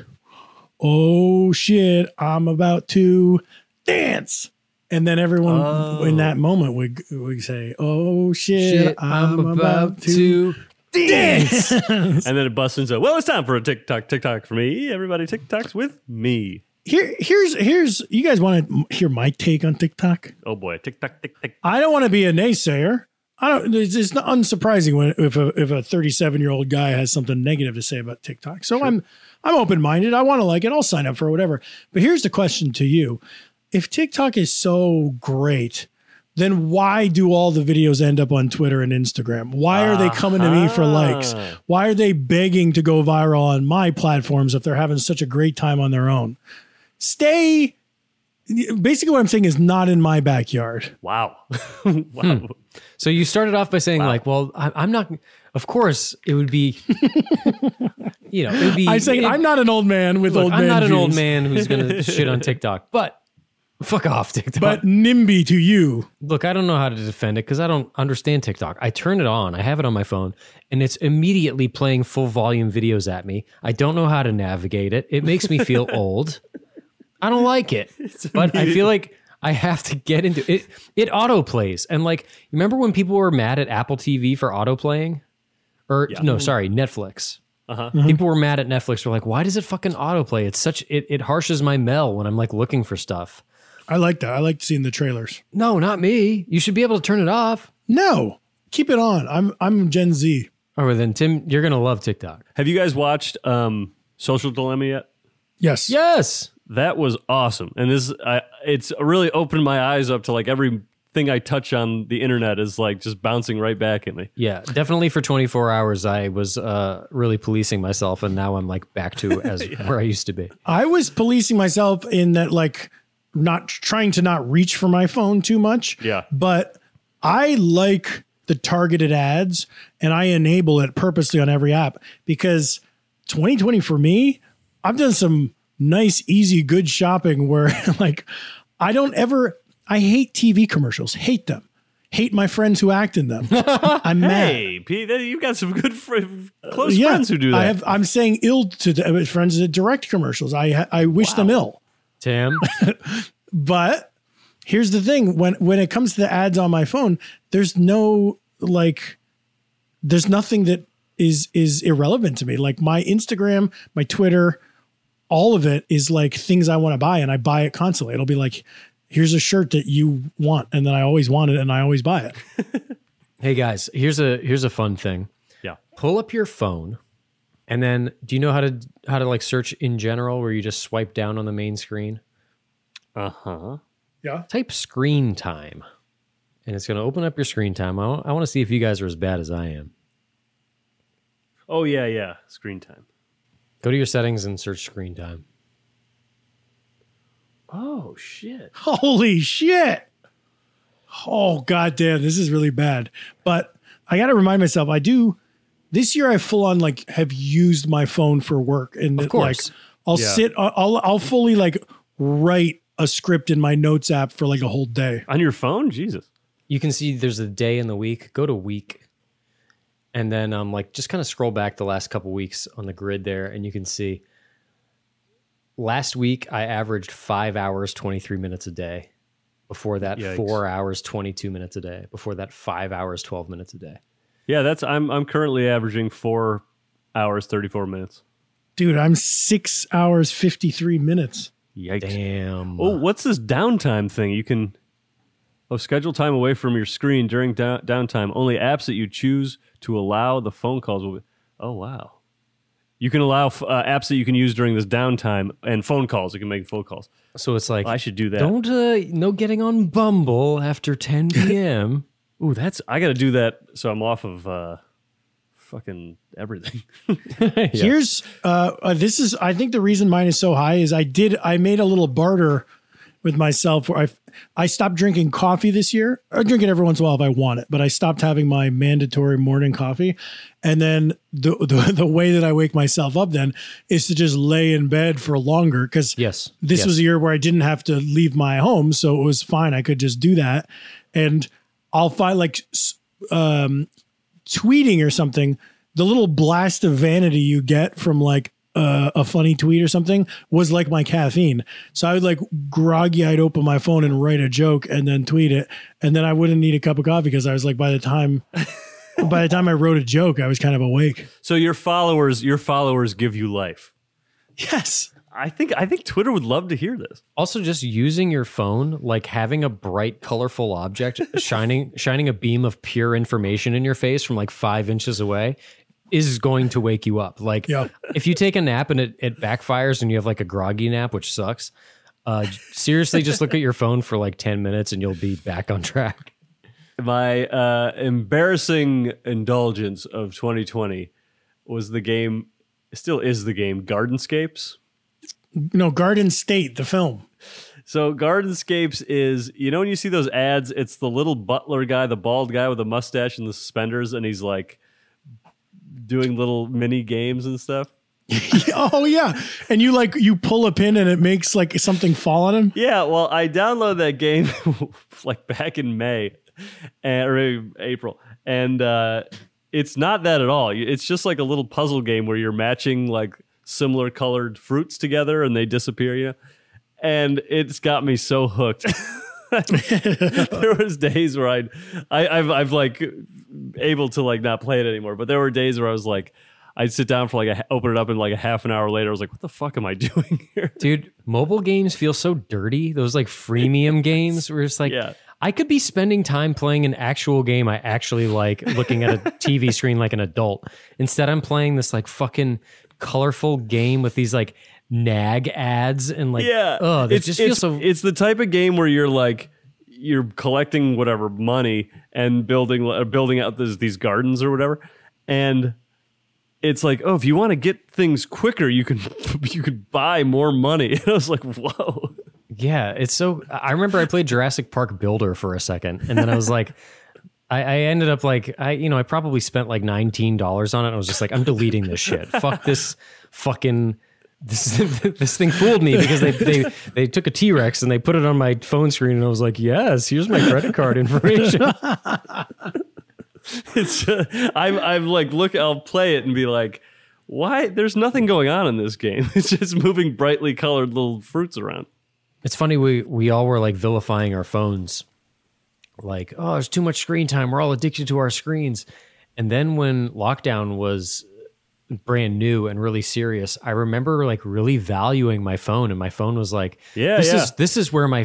"Oh shit, I'm about to dance," and then everyone in that moment would would say, "Oh shit, I'm, about, to." dance. And then it busts into, well, it's time for a TikTok, TikTok for me. Everybody TikToks with me. Here, here's here's you guys want to hear my take on TikTok? Oh boy, TikTok, tick, tick. I don't want to be a naysayer. I don't. It's, it's not unsurprising when if a if a thirty seven year old guy has something negative to say about TikTok. So I'm I'm open minded. I want to like it. I'll sign up for whatever. But here's the question to you: If TikTok is so great, then why do all the videos end up on Twitter and Instagram? Why are they coming to me for likes? Why are they begging to go viral on my platforms if they're having such a great time on their own? Stay. Basically, what I'm saying is not in my backyard. Wow. wow. So you started off by saying like, well, I, I'm not. Of course, it would be. you know, it would be. I say it- I'm not an old man with look, old man. I'm not an old views, man who's gonna shit on TikTok, but fuck off TikTok. but NIMBY to you. look, I don't know how to defend it because I don't understand TikTok. I turn it on, I have it on my phone, and it's immediately playing full volume videos at me. I don't know how to navigate it. It makes me feel old. I don't like it, but I feel like I have to get into it. It auto plays, and like remember when people were mad at Apple TV for auto playing, or no, sorry, Netflix. People were mad at Netflix. Were like, "Why does it fucking autoplay? It's such it, it harshes my mel when I'm like looking for stuff." I like that. I like seeing the trailers. No, not me. You should be able to turn it off. No, keep it on. I'm I'm Gen Z. All right, Oh, then Tim, you're gonna love TikTok. Have you guys watched um, Social Dilemma yet? Yes. Yes. That was awesome, and this I, it's really opened my eyes up to like everything I touch on the internet is like just bouncing right back at me. Yeah, definitely. For 24 hours, I was uh, really policing myself, and now I'm like back to as where I used to be. I was policing myself in that like not trying to not reach for my phone too much. Yeah. But I like the targeted ads and I enable it purposely on every app because 2020 for me, I've done some nice, easy, good shopping where like I don't ever I hate TV commercials, hate them. Hate my friends who act in them. I'm mad. Hey, Pete, that- you've got some good fr- close Uh, Yeah, friends who do that. I have. I'm saying ill to the, uh, friends that direct commercials. I I wish them ill. Tim, But here's the thing: when when it comes to the ads on my phone, there's no like, there's nothing that is is irrelevant to me. Like my Instagram, my Twitter, all of it is like things I want to buy, and I buy it constantly. It'll be like, here's a shirt that you want, and then I always want it, and I always buy it. hey guys, here's a here's a fun thing. yeah, Pull up your phone, and then do you know how to how to like search in general, where you just swipe down on the main screen? uh huh. Type screen time, and it's gonna open up your screen time. I want to see if you guys are as bad as I am. Oh yeah, yeah. Screen time. Go to your settings and search screen time. Oh shit. Holy shit! Oh goddamn, this is really bad. But I got to remind myself, I do. This year, I full on like have used my phone for work, and of course. like I'll Yeah. sit, I'll- I'll I'll fully like write a script in my notes app for like a whole day. On your phone, Jesus. you can see there's a day in the week. Go to week, and then um, like just kind of scroll back the last couple weeks on the grid there, and you can see. Last week I averaged five hours twenty three minutes a day. Before that, Yikes. four hours twenty two minutes a day. Before that, five hours twelve minutes a day. Yeah, that's I'm I'm currently averaging four hours thirty four minutes. Dude, I'm six hours fifty three minutes. Yikes. Damn. Oh, what's this downtime thing? You can oh schedule time away from your screen during down, downtime. Only apps that you choose to allow the phone calls will. Be, oh wow, you can allow f- uh, apps that you can use during this downtime and phone calls. You can make phone calls. Oh, so it's like I should do that. don't uh, no getting on Bumble after ten p.m. Ooh, that's I got to do that. So I'm off of uh, fucking everything. Here's uh, uh this is I think the reason mine is so high is I did I made a little barter with myself where I I stopped drinking coffee this year. I drink it every once in a while if I want it, but I stopped having my mandatory morning coffee. And then the the, the way that I wake myself up then is to just lay in bed for longer because Yes. this Yes. was a year where I didn't have to leave my home, so it was fine. I could just do that, and I'll find like s- um, tweeting or something. The little blast of vanity you get from like uh, a funny tweet or something was like my caffeine. So I would like groggy, I'd open my phone and write a joke and then tweet it, and then I wouldn't need a cup of coffee because I was like, by the time. By the time I wrote a joke, I was kind of awake. So your followers, your followers give you life. Yes. I think I think Twitter would love to hear this. Also, just using your phone, like having a bright, colorful object shining shining a beam of pure information in your face from like five inches away is going to wake you up. Like Yeah. if you take a nap and it, it backfires and you have like a groggy nap, which sucks. Uh, seriously, just look at your phone for like ten minutes and you'll be back on track. My uh, embarrassing indulgence of 2020 was the game, still is the game Gardenscapes. No, Garden State, the film. So Gardenscapes is, you know, when you see those ads, it's the little butler guy, the bald guy with the mustache and the suspenders, and he's like doing little mini games and stuff. Oh yeah, and you like you pull a pin and it makes like something fall on him. Yeah, well, I downloaded that game like back in May and, or maybe April, and uh, it's not that at all. It's just like a little puzzle game where you're matching like similar colored fruits together and they disappear. You know, and it's got me so hooked. there was days where I'd, I, I've, I've like able to like not play it anymore. But there were days where I was like, I'd sit down for like a, open it up and like a half an hour later, I was like, what the fuck am I doing here? Dude, mobile games feel so dirty. Those like freemium games where it's like Yeah. I could be spending time playing an actual game I actually like, looking at a TV screen like an adult. Instead, I'm playing this like fucking colorful game with these like nag ads and like yeah. oh, it just feels so It's the type of game where you're like you're collecting whatever money and building uh, building out these these gardens or whatever, and it's like oh, if you want to get things quicker, you can you could buy more money. And I was like, whoa. yeah. It's so I remember I played Jurassic Park Builder for a second, and then I was like. I, I ended up like I you know I probably spent like nineteen dollars on it. And I was just like I'm deleting this shit. Fuck this fucking this this thing fooled me because they they they took a T Rex and they put it on my phone screen and I was like yes here's my credit card information. It's uh, I'm I'm like look, I'll play it and be like. Why? There's nothing going on in this game. It's just moving brightly colored little fruits around. It's funny we we all were like vilifying our phones, like oh, there's too much screen time. We're all addicted to our screens. And then when lockdown was brand new and really serious, I remember like really valuing my phone, and my phone was like, Yeah, this yeah. is this is where my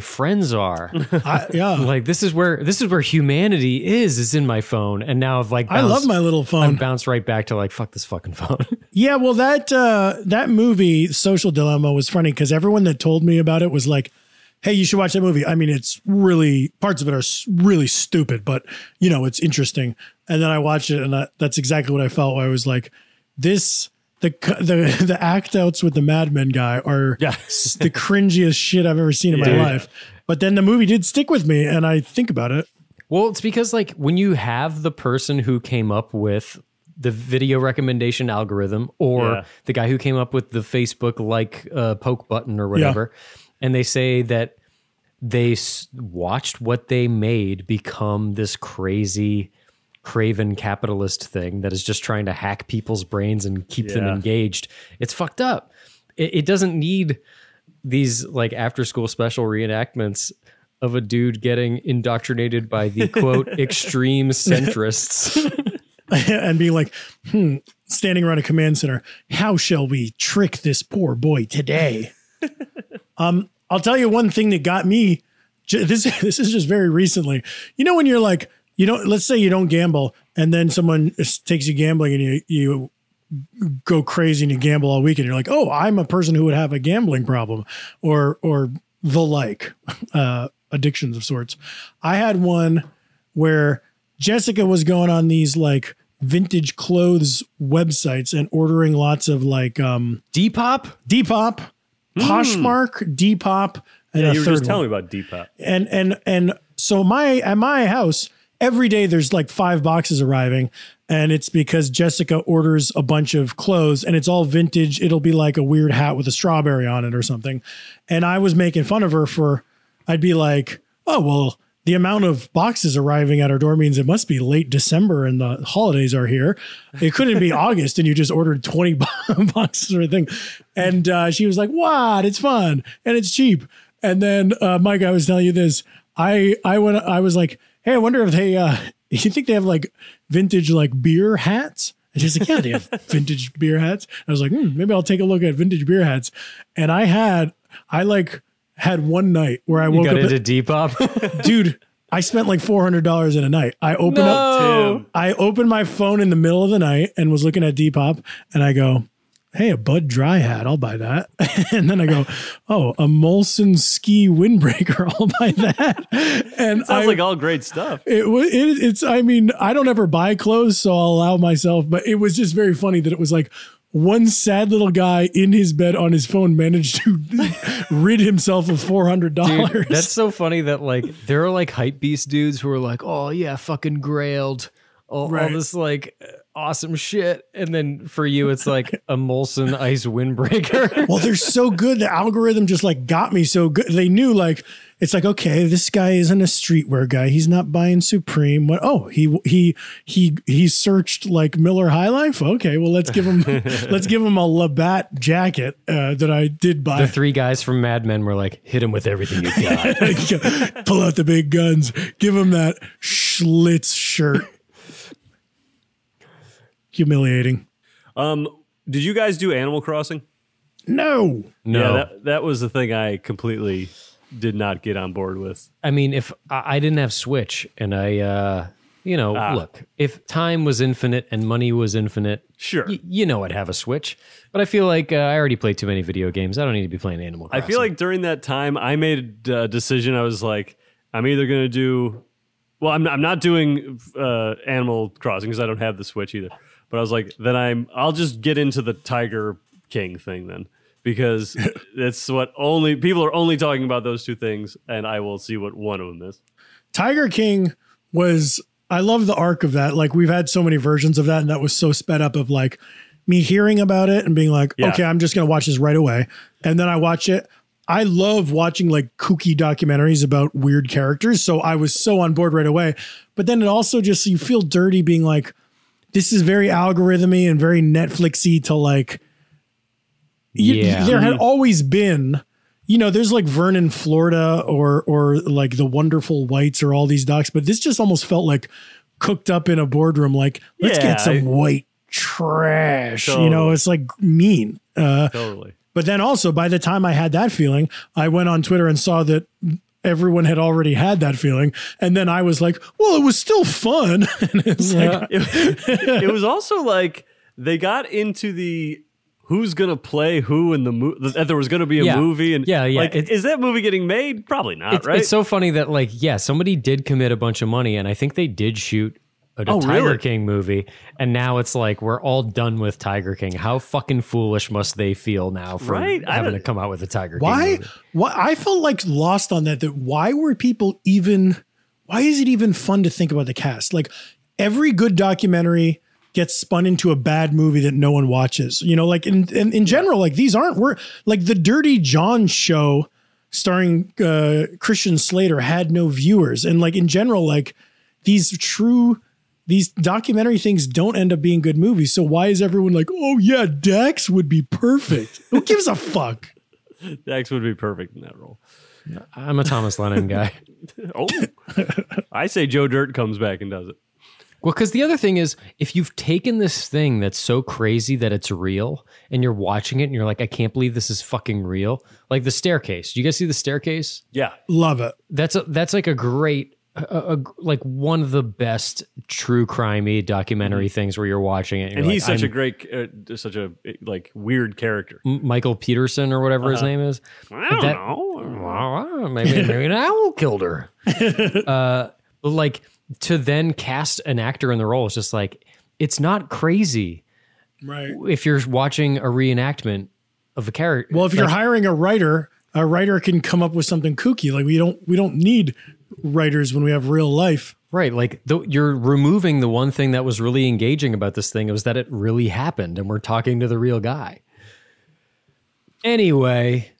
friends are. I, yeah, like this is where this is where humanity is is in my phone. And now I've like I bounced- love my little phone. bounced right back to like fuck this fucking phone. Yeah, well that uh, that movie Social Dilemma was funny because everyone that told me about it was like, "Hey, you should watch that movie." I mean, it's really parts of it are s- really stupid, but you know it's interesting. And then I watched it, and I, that's exactly what I felt. I was like, "This." The, cu- the the act outs with the Mad Men guy are Yeah. s- the cringiest shit I've ever seen in my life. But then the movie did stick with me, and I think about it. Well, it's because like when you have the person who came up with the video recommendation algorithm or Yeah. the guy who came up with the Facebook like uh, poke button or whatever, and they say that they s- watched what they made become this crazy craven capitalist thing that is just trying to hack people's brains and keep them Yeah. engaged. It's fucked up. It, it doesn't need these like after school special reenactments of a dude getting indoctrinated by the quote extreme centrists. and being like, hmm, standing around a command center, how shall we trick this poor boy today? um, I'll tell you one thing that got me. j- This this is just very recently. You know when you're like, you know, let's say you don't gamble, and then someone s- takes you gambling, and you you go crazy and you gamble all weekend. You're like, oh, I'm a person who would have a gambling problem, or or the like, uh, addictions of sorts. I had one where Jessica was going on these like vintage clothes websites and ordering lots of like um Depop? Depop, Poshmark, Depop, Hmm. and Yeah, a you were third just one. telling me about Depop. and and and so my at my house every day there's like five boxes arriving and it's because jessica orders a bunch of clothes and it's all vintage it'll be like a weird hat with a strawberry on it or something and i was making fun of her for i'd be like oh well the amount of boxes arriving at our door means it must be late december and the holidays are here it couldn't be august and you just ordered 20 boxes or anything and uh, she was like what it's fun and it's cheap and then uh, Mike, I was telling you this. I I went. I was like, hey, I wonder if they. Uh, you think they have like vintage like beer hats? And she's like, yeah, they have vintage beer hats. I was like, hmm, maybe I'll take a look at vintage beer hats. And I had, I like had one night where I woke Got up, into Depop. dude. I spent like four hundred dollars in a night. I opened up. Tim. I opened my phone in the middle of the night and was looking at Depop and I go, Hey, a Bud Dry hat, I'll buy that. and then I go, Oh, a Molson ski windbreaker, I'll buy that. And Sounds I, like all great stuff. it was it, it's I mean, I don't ever buy clothes, so I'll allow myself, but it was just very funny that it was like one sad little guy in his bed on his phone managed to rid himself of four hundred dollars. Dude, that's so funny that like there are like hype beast dudes who are like, oh yeah, fucking grailed, all, all Right. this like awesome shit, and then for you it's like a Molson Ice Windbreaker. well, they're so good. The algorithm just like got me so good. They knew like it's like okay, this guy isn't a streetwear guy. He's not buying Supreme. What? Oh, he he he he searched like Miller High Life. Okay, well let's give him let's give him a Labatt jacket uh, that I did buy. the three guys from Mad Men were like, hit him with everything you got. Pull out the big guns. Give him that Schlitz shirt. Humiliating. Um, did you guys do Animal Crossing? No. No, Yeah, that, that was the thing I completely did not get on board with. I mean, if I, I didn't have Switch and I, uh, you know, Ah. look, if time was infinite and money was infinite, Sure. y- you know, I'd have a Switch. But I feel like uh, I already play too many video games. I don't need to be playing Animal I Crossing. feel like during that time, I made a decision. I was like, I'm either going to do, well, I'm, I'm not doing uh, Animal Crossing because I don't have the Switch either. But I was like, then I'm, I'll just get into the Tiger King thing then because that's what only people are only talking about those two things, and I will see what one of them is. Tiger King was I love the arc of that. Like we've had so many versions of that, and that was so sped up of like me hearing about it and being like, Yeah. okay, I'm just gonna watch this right away. And then I watch it. I love watching like kooky documentaries about weird characters. So I was so on board right away. But then it also just you feel dirty being like, this is very algorithmy and very Netflixy to like you- Yeah. there had always been you know there's like vernon florida or or like the wonderful whites or all these docs but this just almost felt like cooked up in a boardroom like let's Yeah, get some I- white trash you know Totally. it's like mean uh Totally. but then also by the time i had that feeling i went on twitter and saw that everyone had already had that feeling and then i was like well it was still fun and it's like it, it was also like they got into the who's gonna play who in the movie that there was gonna be a Yeah. movie and Yeah, yeah, like it- is that movie getting made probably not It's- right It's so funny that like yeah, somebody did commit a bunch of money, and I think they did shoot a, a Oh, Tiger really? King movie, and now it's like we're all done with Tiger King. How fucking foolish must they feel now for Right? I having to don't- come out with a Tiger King? why movie? why i felt like lost on that that why were people even why is it even fun to think about the cast like every good documentary gets spun into a bad movie that no one watches you know like in in, in general like these aren't we're like the dirty john show starring uh, christian slater had no viewers and like in general like these true these documentary things don't end up being good movies. So why is everyone like, "Oh yeah, Dax would be perfect"? Who gives a fuck? Dax would be perfect in that role I'm a Thomas Lennon guy. oh I say Joe Dirt comes back and does it Well, because the other thing is, if you've taken this thing that's so crazy that it's real and you're watching it and you're like, I can't believe this is fucking real. Like the staircase. Do you guys see the staircase? yeah Love it. That's a, that's like a great, a, a- like one of the best true crimey documentary things where you're watching it. Mm-hmm. and he's such a great uh, such a like weird character a Michael Peterson or whatever Uh-huh. his name is. I don't Mm, that- know Well, maybe maybe an owl killed her. uh, but like to then cast an actor in the role is just like it's not crazy. Right. if you're watching a reenactment of a character. Well, if you're hiring a writer, a writer can come up with something kooky. Like we don't we don't need writers when we have real life. Right. Like th- you're removing the one thing that was really engaging about this thing. It was that it really happened and we're talking to the real guy. Anyway,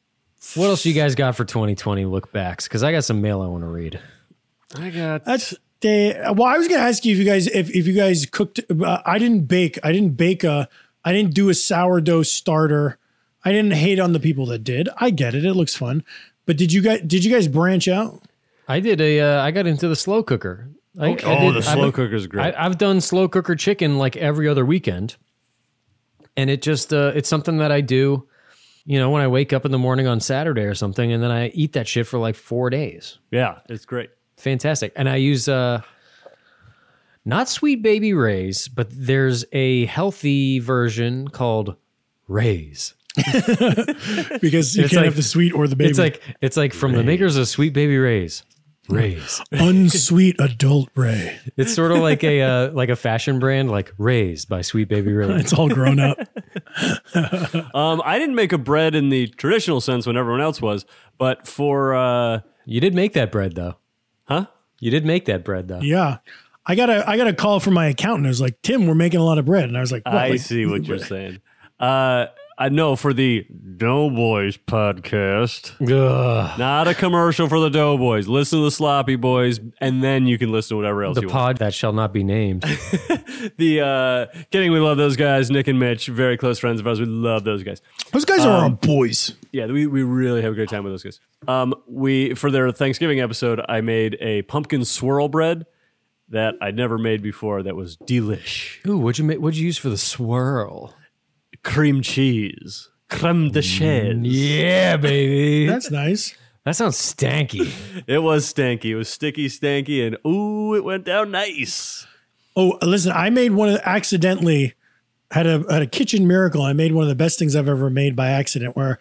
what else you guys got for 2020 look backs? Because I got some mail I want to read. I got That's they. Well, I was gonna ask you if you guys if, if you guys cooked. Uh, I didn't bake. I didn't bake a. I didn't do a sourdough starter. I didn't hate on the people that did. I get it. It looks fun. But did you guys did you guys branch out? I did a, uh, I got into the slow cooker. I, I oh, did- the I've- slow cooker's great. I, I've done slow cooker chicken like every other weekend, and it just uh, it's something that I do, you know, when I wake up in the morning on Saturday or something, and then I eat that shit for like four days. yeah, it's great. Fantastic, and I use uh, not sweet baby rays, but there's a healthy version called rays. Because you It's can't like- have the sweet or the baby. It's like it's like from the makers of sweet baby rays. Rays. unsweet adult Ray. It's sort of like a uh, like a fashion brand, like Rays by Sweet Baby Rays. It's all grown up. Um, I didn't make a bread in the traditional sense when everyone else was, but for uh, You did make that bread though. huh? You did make that bread though. yeah. I got a I got a call from my accountant. It was like, Tim, we're making a lot of bread. And I was like, what? I Like, see what you're saying. Uh, I know for the Doughboys podcast. Ugh. Not a commercial for the Doughboys. Listen to the Sloppy Boys, and then you can listen to whatever else The you pod that shall not be named. want. The uh, kidding, we love those guys. Nick and Mitch, very close friends of ours. We love those guys. Those guys Um, are our boys. Yeah, we, we really have a great time with those guys. Um, we for their Thanksgiving episode, I made a pumpkin swirl bread that I'd never made before. That was delish. Ooh, what'd you make, what'd you use for the swirl? Cream cheese, creme de chèvre. Mm, Yeah, baby. That's nice. that sounds stanky. It was stanky. It was sticky, stanky, and ooh, it went down nice. Oh, listen, I made one of accidentally had a had a kitchen miracle. I made one of the best things I've ever made by accident where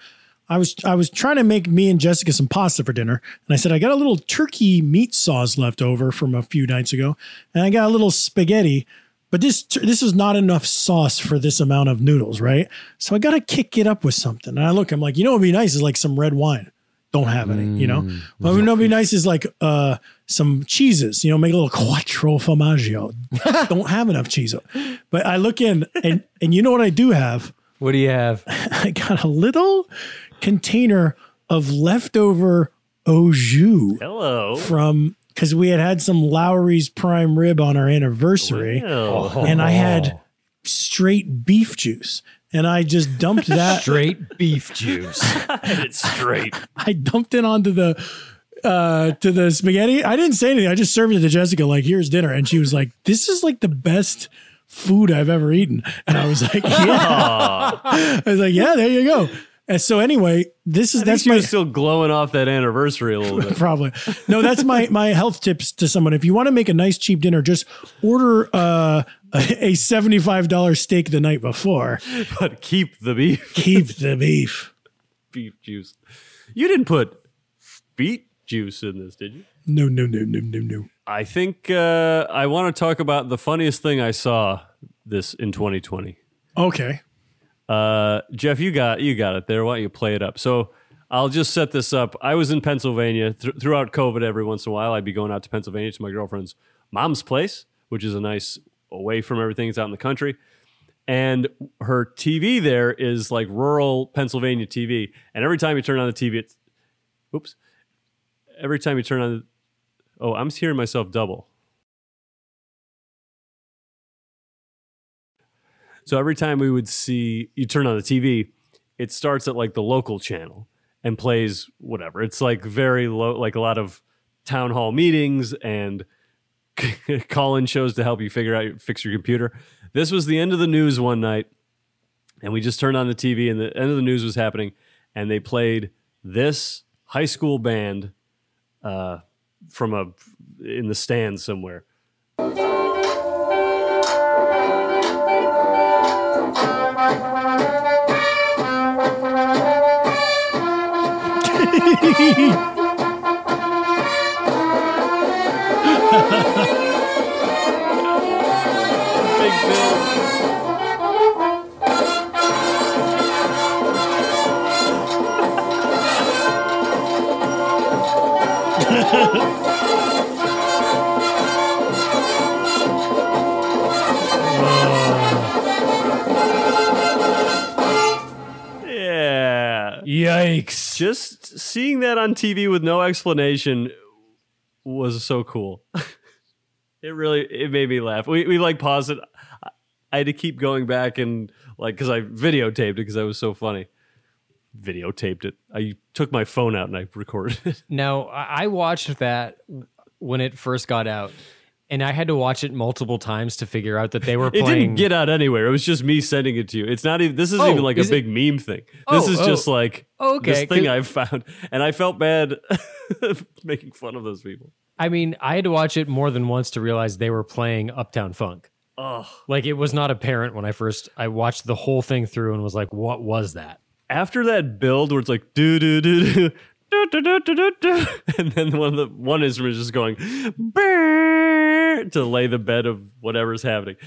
I was I was trying to make me and Jessica some pasta for dinner, and I said I got a little turkey meat sauce left over from a few nights ago, and I got a little spaghetti, but this tur- this is not enough sauce for this amount of noodles, right? So I got to kick it up with something, and I look, I'm like, you know, what would be nice is like some red wine. Don't have any, you know. What would not be nice is like uh, some cheeses, you know, make a little quattro formaggio. Don't have enough cheese, but I look in and and you know what I do have. What do you have? I got a little container of leftover au jus Hello. from because we had had some Lowry's prime rib on our anniversary, Oh. and I had straight beef juice, and I just dumped that. Straight beef juice. it's straight. I dumped it onto the uh to the spaghetti. I didn't say anything. I just served it to Jessica like here's dinner and she was like this is like the best food I've ever eaten. And I was like yeah. I was like yeah, there you go. And so anyway, this is that's That's my was still glowing off that anniversary a little bit. probably. No, that's my my health tips to someone. If you want to make a nice cheap dinner, just order uh a $75 steak the night before. But keep the beef Keep the beef. beef juice. You didn't put beet juice in this, did you? No, no, no, no, no, no. I think uh, I want to talk about the funniest thing I saw this in 2020. Okay. Uh, Jeff, you got you got it there. Why don't you play it up? So I'll just set this up. I was in Pennsylvania Th- throughout COVID. Every once in a while, I'd be going out to Pennsylvania to my girlfriend's mom's place, which is a nice away from everything. It's out in the country, and her TV there is like rural Pennsylvania TV. And every time you turn on the TV, it's oops. Every time you turn on, oh, I'm hearing myself double. So every time we would see you turn on the TV, it starts at like the local channel and plays whatever. It's like very low, like a lot of town hall meetings and call-in shows to help you figure out fix your computer. This was the end of the news one night, and we just turned on the TV, and the end of the news was happening, and they played this high school band uh, from a in the stands somewhere. Big Bill. Yeah. Yikes. Just seeing that on TV with no explanation was so cool. it really it made me laugh. We we like paused it. I- I had to keep going back and like because I videotaped it because that was so funny. Videotaped it. I took my phone out and I recorded it. Now, I I watched that when it first got out, and I had to watch it multiple times to figure out that they were It playing. didn't get out anywhere. It was just me sending it to you. It's not even. This isn't Oh, even like is a it- big meme thing. this Oh, is oh. just like Oh, okay, this thing 'cause- I've found, and I felt bad making fun of those people. I mean, I had to watch it more than once to realize they were playing Uptown Funk. Ugh. Like it was not apparent when I first I watched the whole thing through and was like, "What was that?" after that build where it's like do do do do do do do do do do and then one of the one instrument is just going "Brrr," to lay the bed of whatever's happening.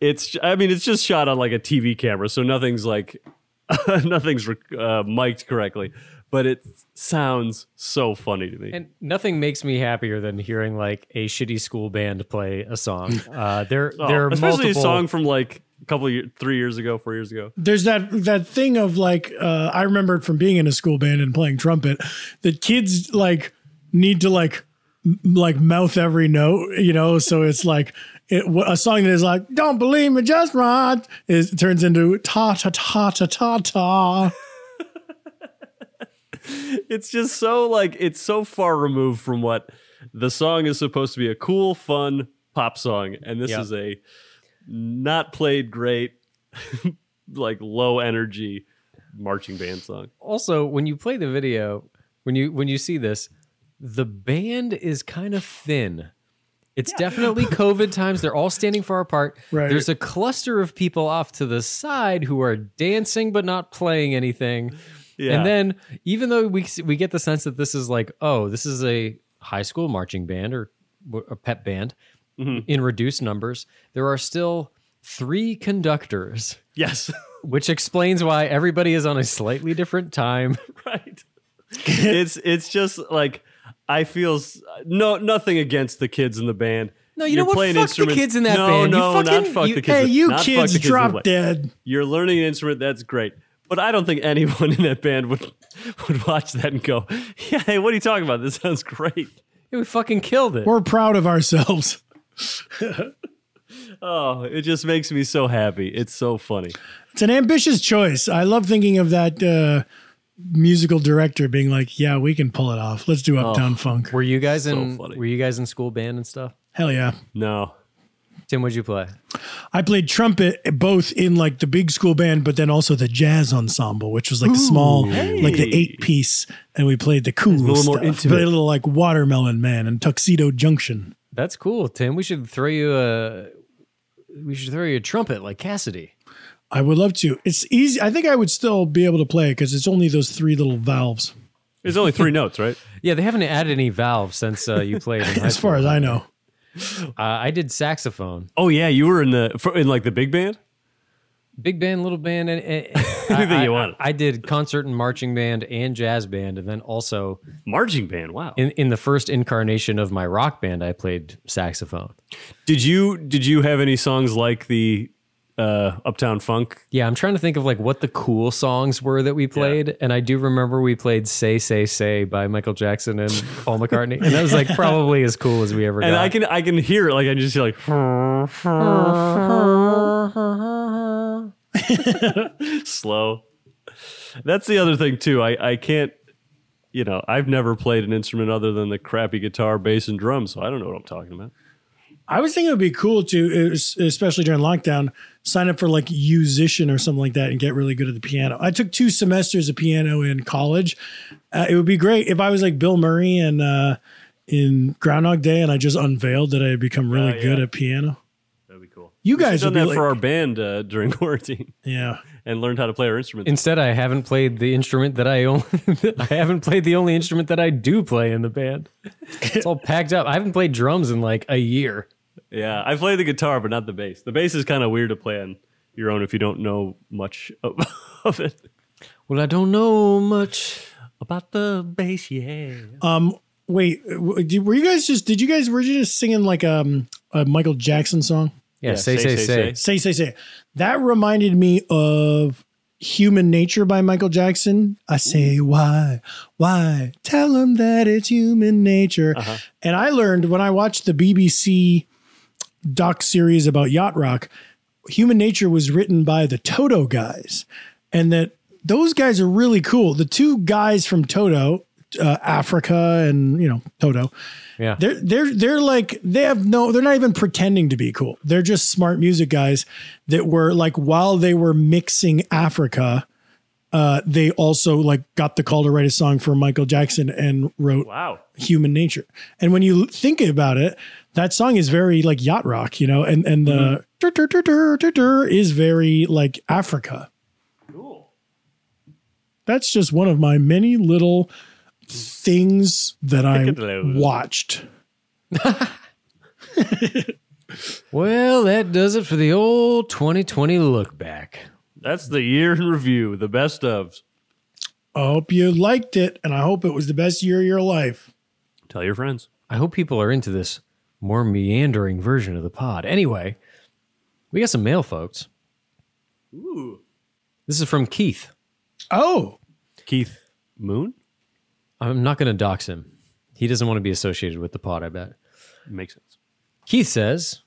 It's I mean it's just shot on like a TV camera, so nothing's like nothing's rec- uh, mic'd correctly, but it sounds so funny to me. And nothing makes me happier than hearing like a shitty school band play a song. Uh, there, Oh, there are especially a multiple. song from like a couple years, three years ago, four years ago. there's that that thing of like uh, I remember it from being in a school band and playing trumpet that kids like need to like m- like mouth every note, you know. So it's like it, wh- a song that is like "Don't believe me, just right" is turns into "ta ta ta ta ta ta." it's just so like it's so far removed from what the song is supposed to be a cool fun pop song and this Yeah. is a not played great like low energy marching band song also, when you play the video, when you when you see this, the band is kind of thin. It's definitely COVID times. They're all standing far apart. Right. There's a cluster of people off to the side who are dancing but not playing anything. yeah And then, even though we we get the sense that this is like, oh, this is a high school marching band or w- a pep band in reduced numbers, there are still three conductors, yes which explains why everybody is on a slightly different time. right it's it's just like i feel s- no nothing against the kids in the band No, you You're know what? playing Fuck the instruments- kids in that no, band. You No, not fucking- fuck you- the kids. Hey, in- you not fuck the kids, kids in the drop band. dead. you're learning an instrument that's great but i don't think anyone in that band would would watch that and go yeah hey what are you talking about this sounds great Yeah, we fucking killed it. We're proud of ourselves. oh it just makes me so happy it's so funny It's an ambitious choice. I love thinking of that uh, musical director being like, "Yeah, we can pull it off. Let's do Uptown Funk." Were you guys in? funny. Were you guys in school band and stuff? Hell yeah. no Tim, what'd you play? I played trumpet both in like the big school band, but then also the jazz ensemble, which was like the small, like the eight piece, and we played the cool little stuff. more intimate. Played a little like Watermelon Man and Tuxedo Junction. That's cool, Tim. We should throw you a. We should throw you a trumpet like Cassidy. I would love to. It's easy. I think I would still be able to play because it's only those three little valves, it's only three notes right Yeah, they haven't added any valves since uh, you played. In high as far school. as I know. Uh, I did saxophone, oh yeah you were in the for, in like the big band big band, little band, and, and Anything I, you I- want. I did concert and marching band and jazz band, and then also marching band wow in, in the first incarnation of my rock band, I played saxophone. did you did you have any songs like the uh uptown funk Yeah, I'm trying to think of like what the cool songs were that we played, and I do remember we played "Say Say Say" by Michael Jackson and Paul McCartney, and that was like probably as cool as we ever and got. i can i can hear it like i just hear like slow that's the other thing too i i can't you know i've never played an instrument other than the crappy guitar bass and drums so i don't know what i'm talking about I was thinking it would be cool to, es- especially during lockdown, sign up for like musician or something like that and get really good at the piano. I took two semesters of piano in college. Uh, it would be great if I was like Bill Murray and uh, in Groundhog Day and I just unveiled that I had become really Oh, yeah. good at piano. that'd be cool You we guys done would be that like- for our band uh, during quarantine Yeah. and learned how to play our instruments Instead, I haven't played the instrument that I only. I haven't played the only instrument that I do play in the band. It's all packed up. I haven't played drums in like a year. yeah i play the guitar but not the bass the bass is kind of weird to play on your own if you don't know much of, of it Well, I don't know much. about the bass yeah Um, Wait, w- did, were you guys just? Did you guys were you just singing like um, a Michael Jackson song? Yeah, say, say, say, Say say say. That reminded me of Human Nature by Michael Jackson. I say why, why? Tell them that it's human nature. And I learned when I watched the BBC doc series about yacht rock, Human Nature was written by the Toto guys, and that those guys are really cool. The two guys from Toto, uh, Africa, and you know Toto, Yeah. they're they're they're like they have no they're not even pretending to be cool. They're just smart music guys that were like while they were mixing Africa, uh, they also like got the call to write a song for Michael Jackson and wrote Wow. Human Nature. And when you think about it, that song is very like yacht rock, you know, and and the dur, dur, dur, dur, dur, dur is very like Africa. Cool. That's just one of my many little things that I at those. watched. Well, that does it for the old 2020 look back. That's the year in review, the best of. I hope you liked it, and I hope it was the best year of your life. Tell your friends. I hope people are into this more meandering version of the pod. Anyway, we got some mail, folks. Ooh. This is from Keith. Oh, Keith Moon? I'm not going to dox him. He doesn't want to be associated with the pod, I bet. Makes sense. Keith says,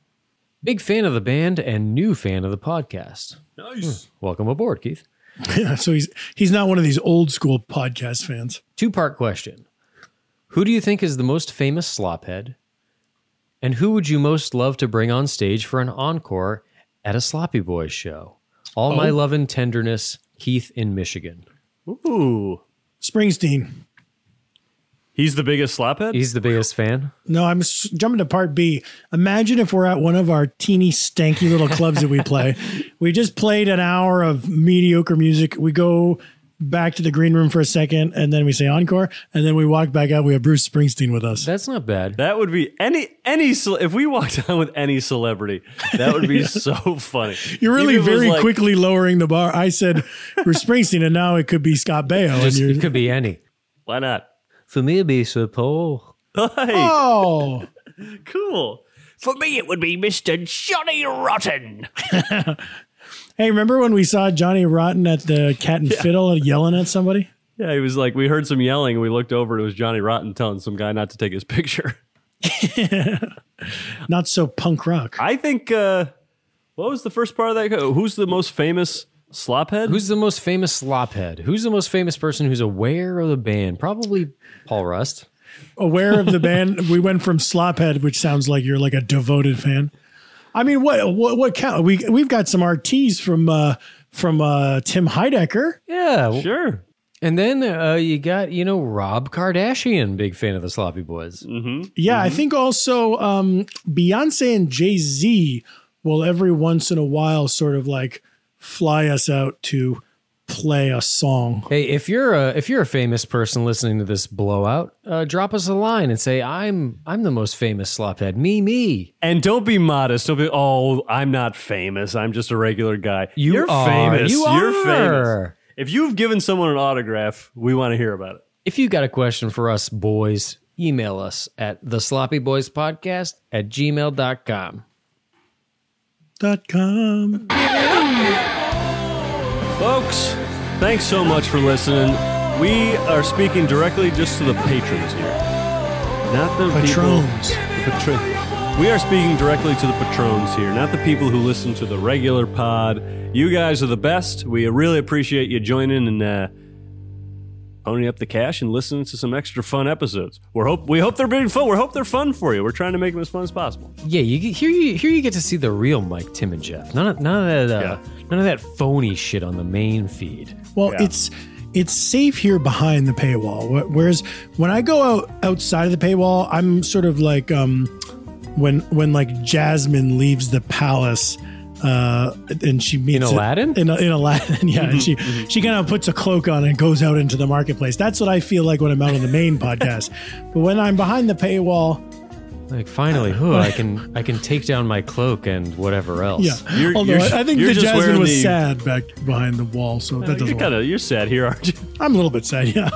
Big fan of the band and new fan of the podcast. Nice. Welcome aboard, Keith. so he's he's not one of these old school podcast fans. Two part question Who do you think is the most famous slophead? And who would you most love to bring on stage for an encore at a Sloppy Boys show? All my love and tenderness, Keith in Michigan. Ooh. Springsteen. He's the biggest slaphead? He's the biggest fan. No, I'm s- jumping to part B. Imagine if we're at one of our teeny stanky little clubs that we play. We just played an hour of mediocre music. We go back to the green room for a second, and then we say encore, and then we walk back out. We have Bruce Springsteen with us. That's not bad. That would be any any cele- if we walked down with any celebrity, that would be so funny. You're really Even if it was very like- quickly lowering the bar. I said Bruce Springsteen, and now it could be Scott Baio. And Just- it you're, could be any. Why not? For me, it'd be Sir Paul. Hey, oh, cool. For me, it would be Mister Johnny Rotten. hey, remember when we saw Johnny Rotten at the Cat and Fiddle yelling at somebody? Yeah, he was like, we heard some yelling, and we looked over, and it was Johnny Rotten telling some guy not to take his picture. Not so punk rock. I think. uh What was the first part of that? Who's the most famous slophead? Who's the most famous slophead? Who's the most famous person who's aware of the band? Probably Paul Rust. aware of the band. We went from Slophead, which sounds like you're like a devoted fan. I mean, what what what count? We we've got some RTs from uh from uh Tim Heidecker. Yeah. w- sure. And then uh, you got, you know, Rob Kardashian, big fan of the Sloppy Boys. Yeah, I think also um Beyonce and Jay Z will every once in a while sort of like fly us out to play a song. Hey, if you're a if you're a famous person listening to this blowout, uh, drop us a line and say I'm I'm the most famous slophead. Me, me. And don't be modest. Don't be. Oh, I'm not famous. I'm just a regular guy. You are are. famous. You You're famous. are. If you've given someone an autograph, we want to hear about it. If you got a question for us, boys, email us at the Sloppy Boys Podcast at gmail.com. Dot com. Folks, thanks so much for listening. We are speaking directly just to the patrons here, not the Patrons. People, patron, we are speaking directly to the patrons here, not the people who listen to the regular pod. You guys are the best. We really appreciate you joining and uh, ponying up the cash and listening to some extra fun episodes. We hope we hope they're being fun. We hope they're fun for you. We're trying to make them as fun as possible. Yeah, you get, here you here you get to see the real Mike, Tim, and Jeff. None of none of that uh, none of that phony shit on the main feed. Well, it's it's safe here behind the paywall. Wh- Whereas when I go out outside of the paywall, I'm sort of like um, when when like Jasmine leaves the palace. Uh, and she meets a- Aladdin? in, in Aladdin, yeah. And Mm-hmm, she she kind of puts a cloak on and goes out into the marketplace. That's what I feel like when I'm out on the main podcast. But when I'm behind the paywall, Like finally, whew, I can I can take down my cloak and whatever else. yeah. You're- Although you're- I I think you're the just Jasmine wearing was the- sad back behind the wall, so that You're doesn't. work. kind of you're sad here, aren't you? I'm a little bit sad, yeah.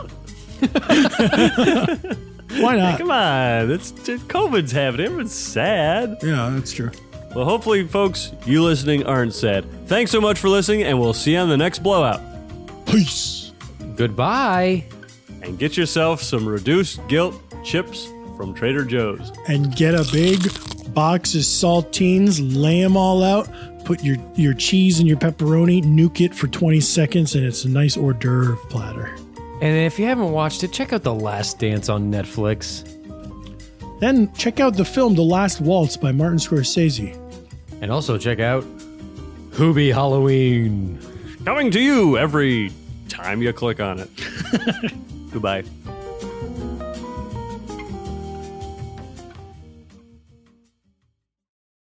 Why not? Come on, it's it, COVID's happening. Everyone's sad. Yeah, that's true. Well, hopefully, folks, you listening aren't sad. Thanks so much for listening, and we'll see you on the next blowout. Peace. Goodbye. And get yourself some reduced guilt chips from Trader Joe's. and get a big box of saltines, lay them all out, put your, your cheese and your pepperoni, nuke it for 20 seconds, and it's a nice hors d'oeuvre platter. And if you haven't watched it, check out The Last Dance on Netflix. Then check out the film The Last Waltz by Martin Scorsese. And also check out Hoobie Halloween. Coming to you every time you click on it. Goodbye.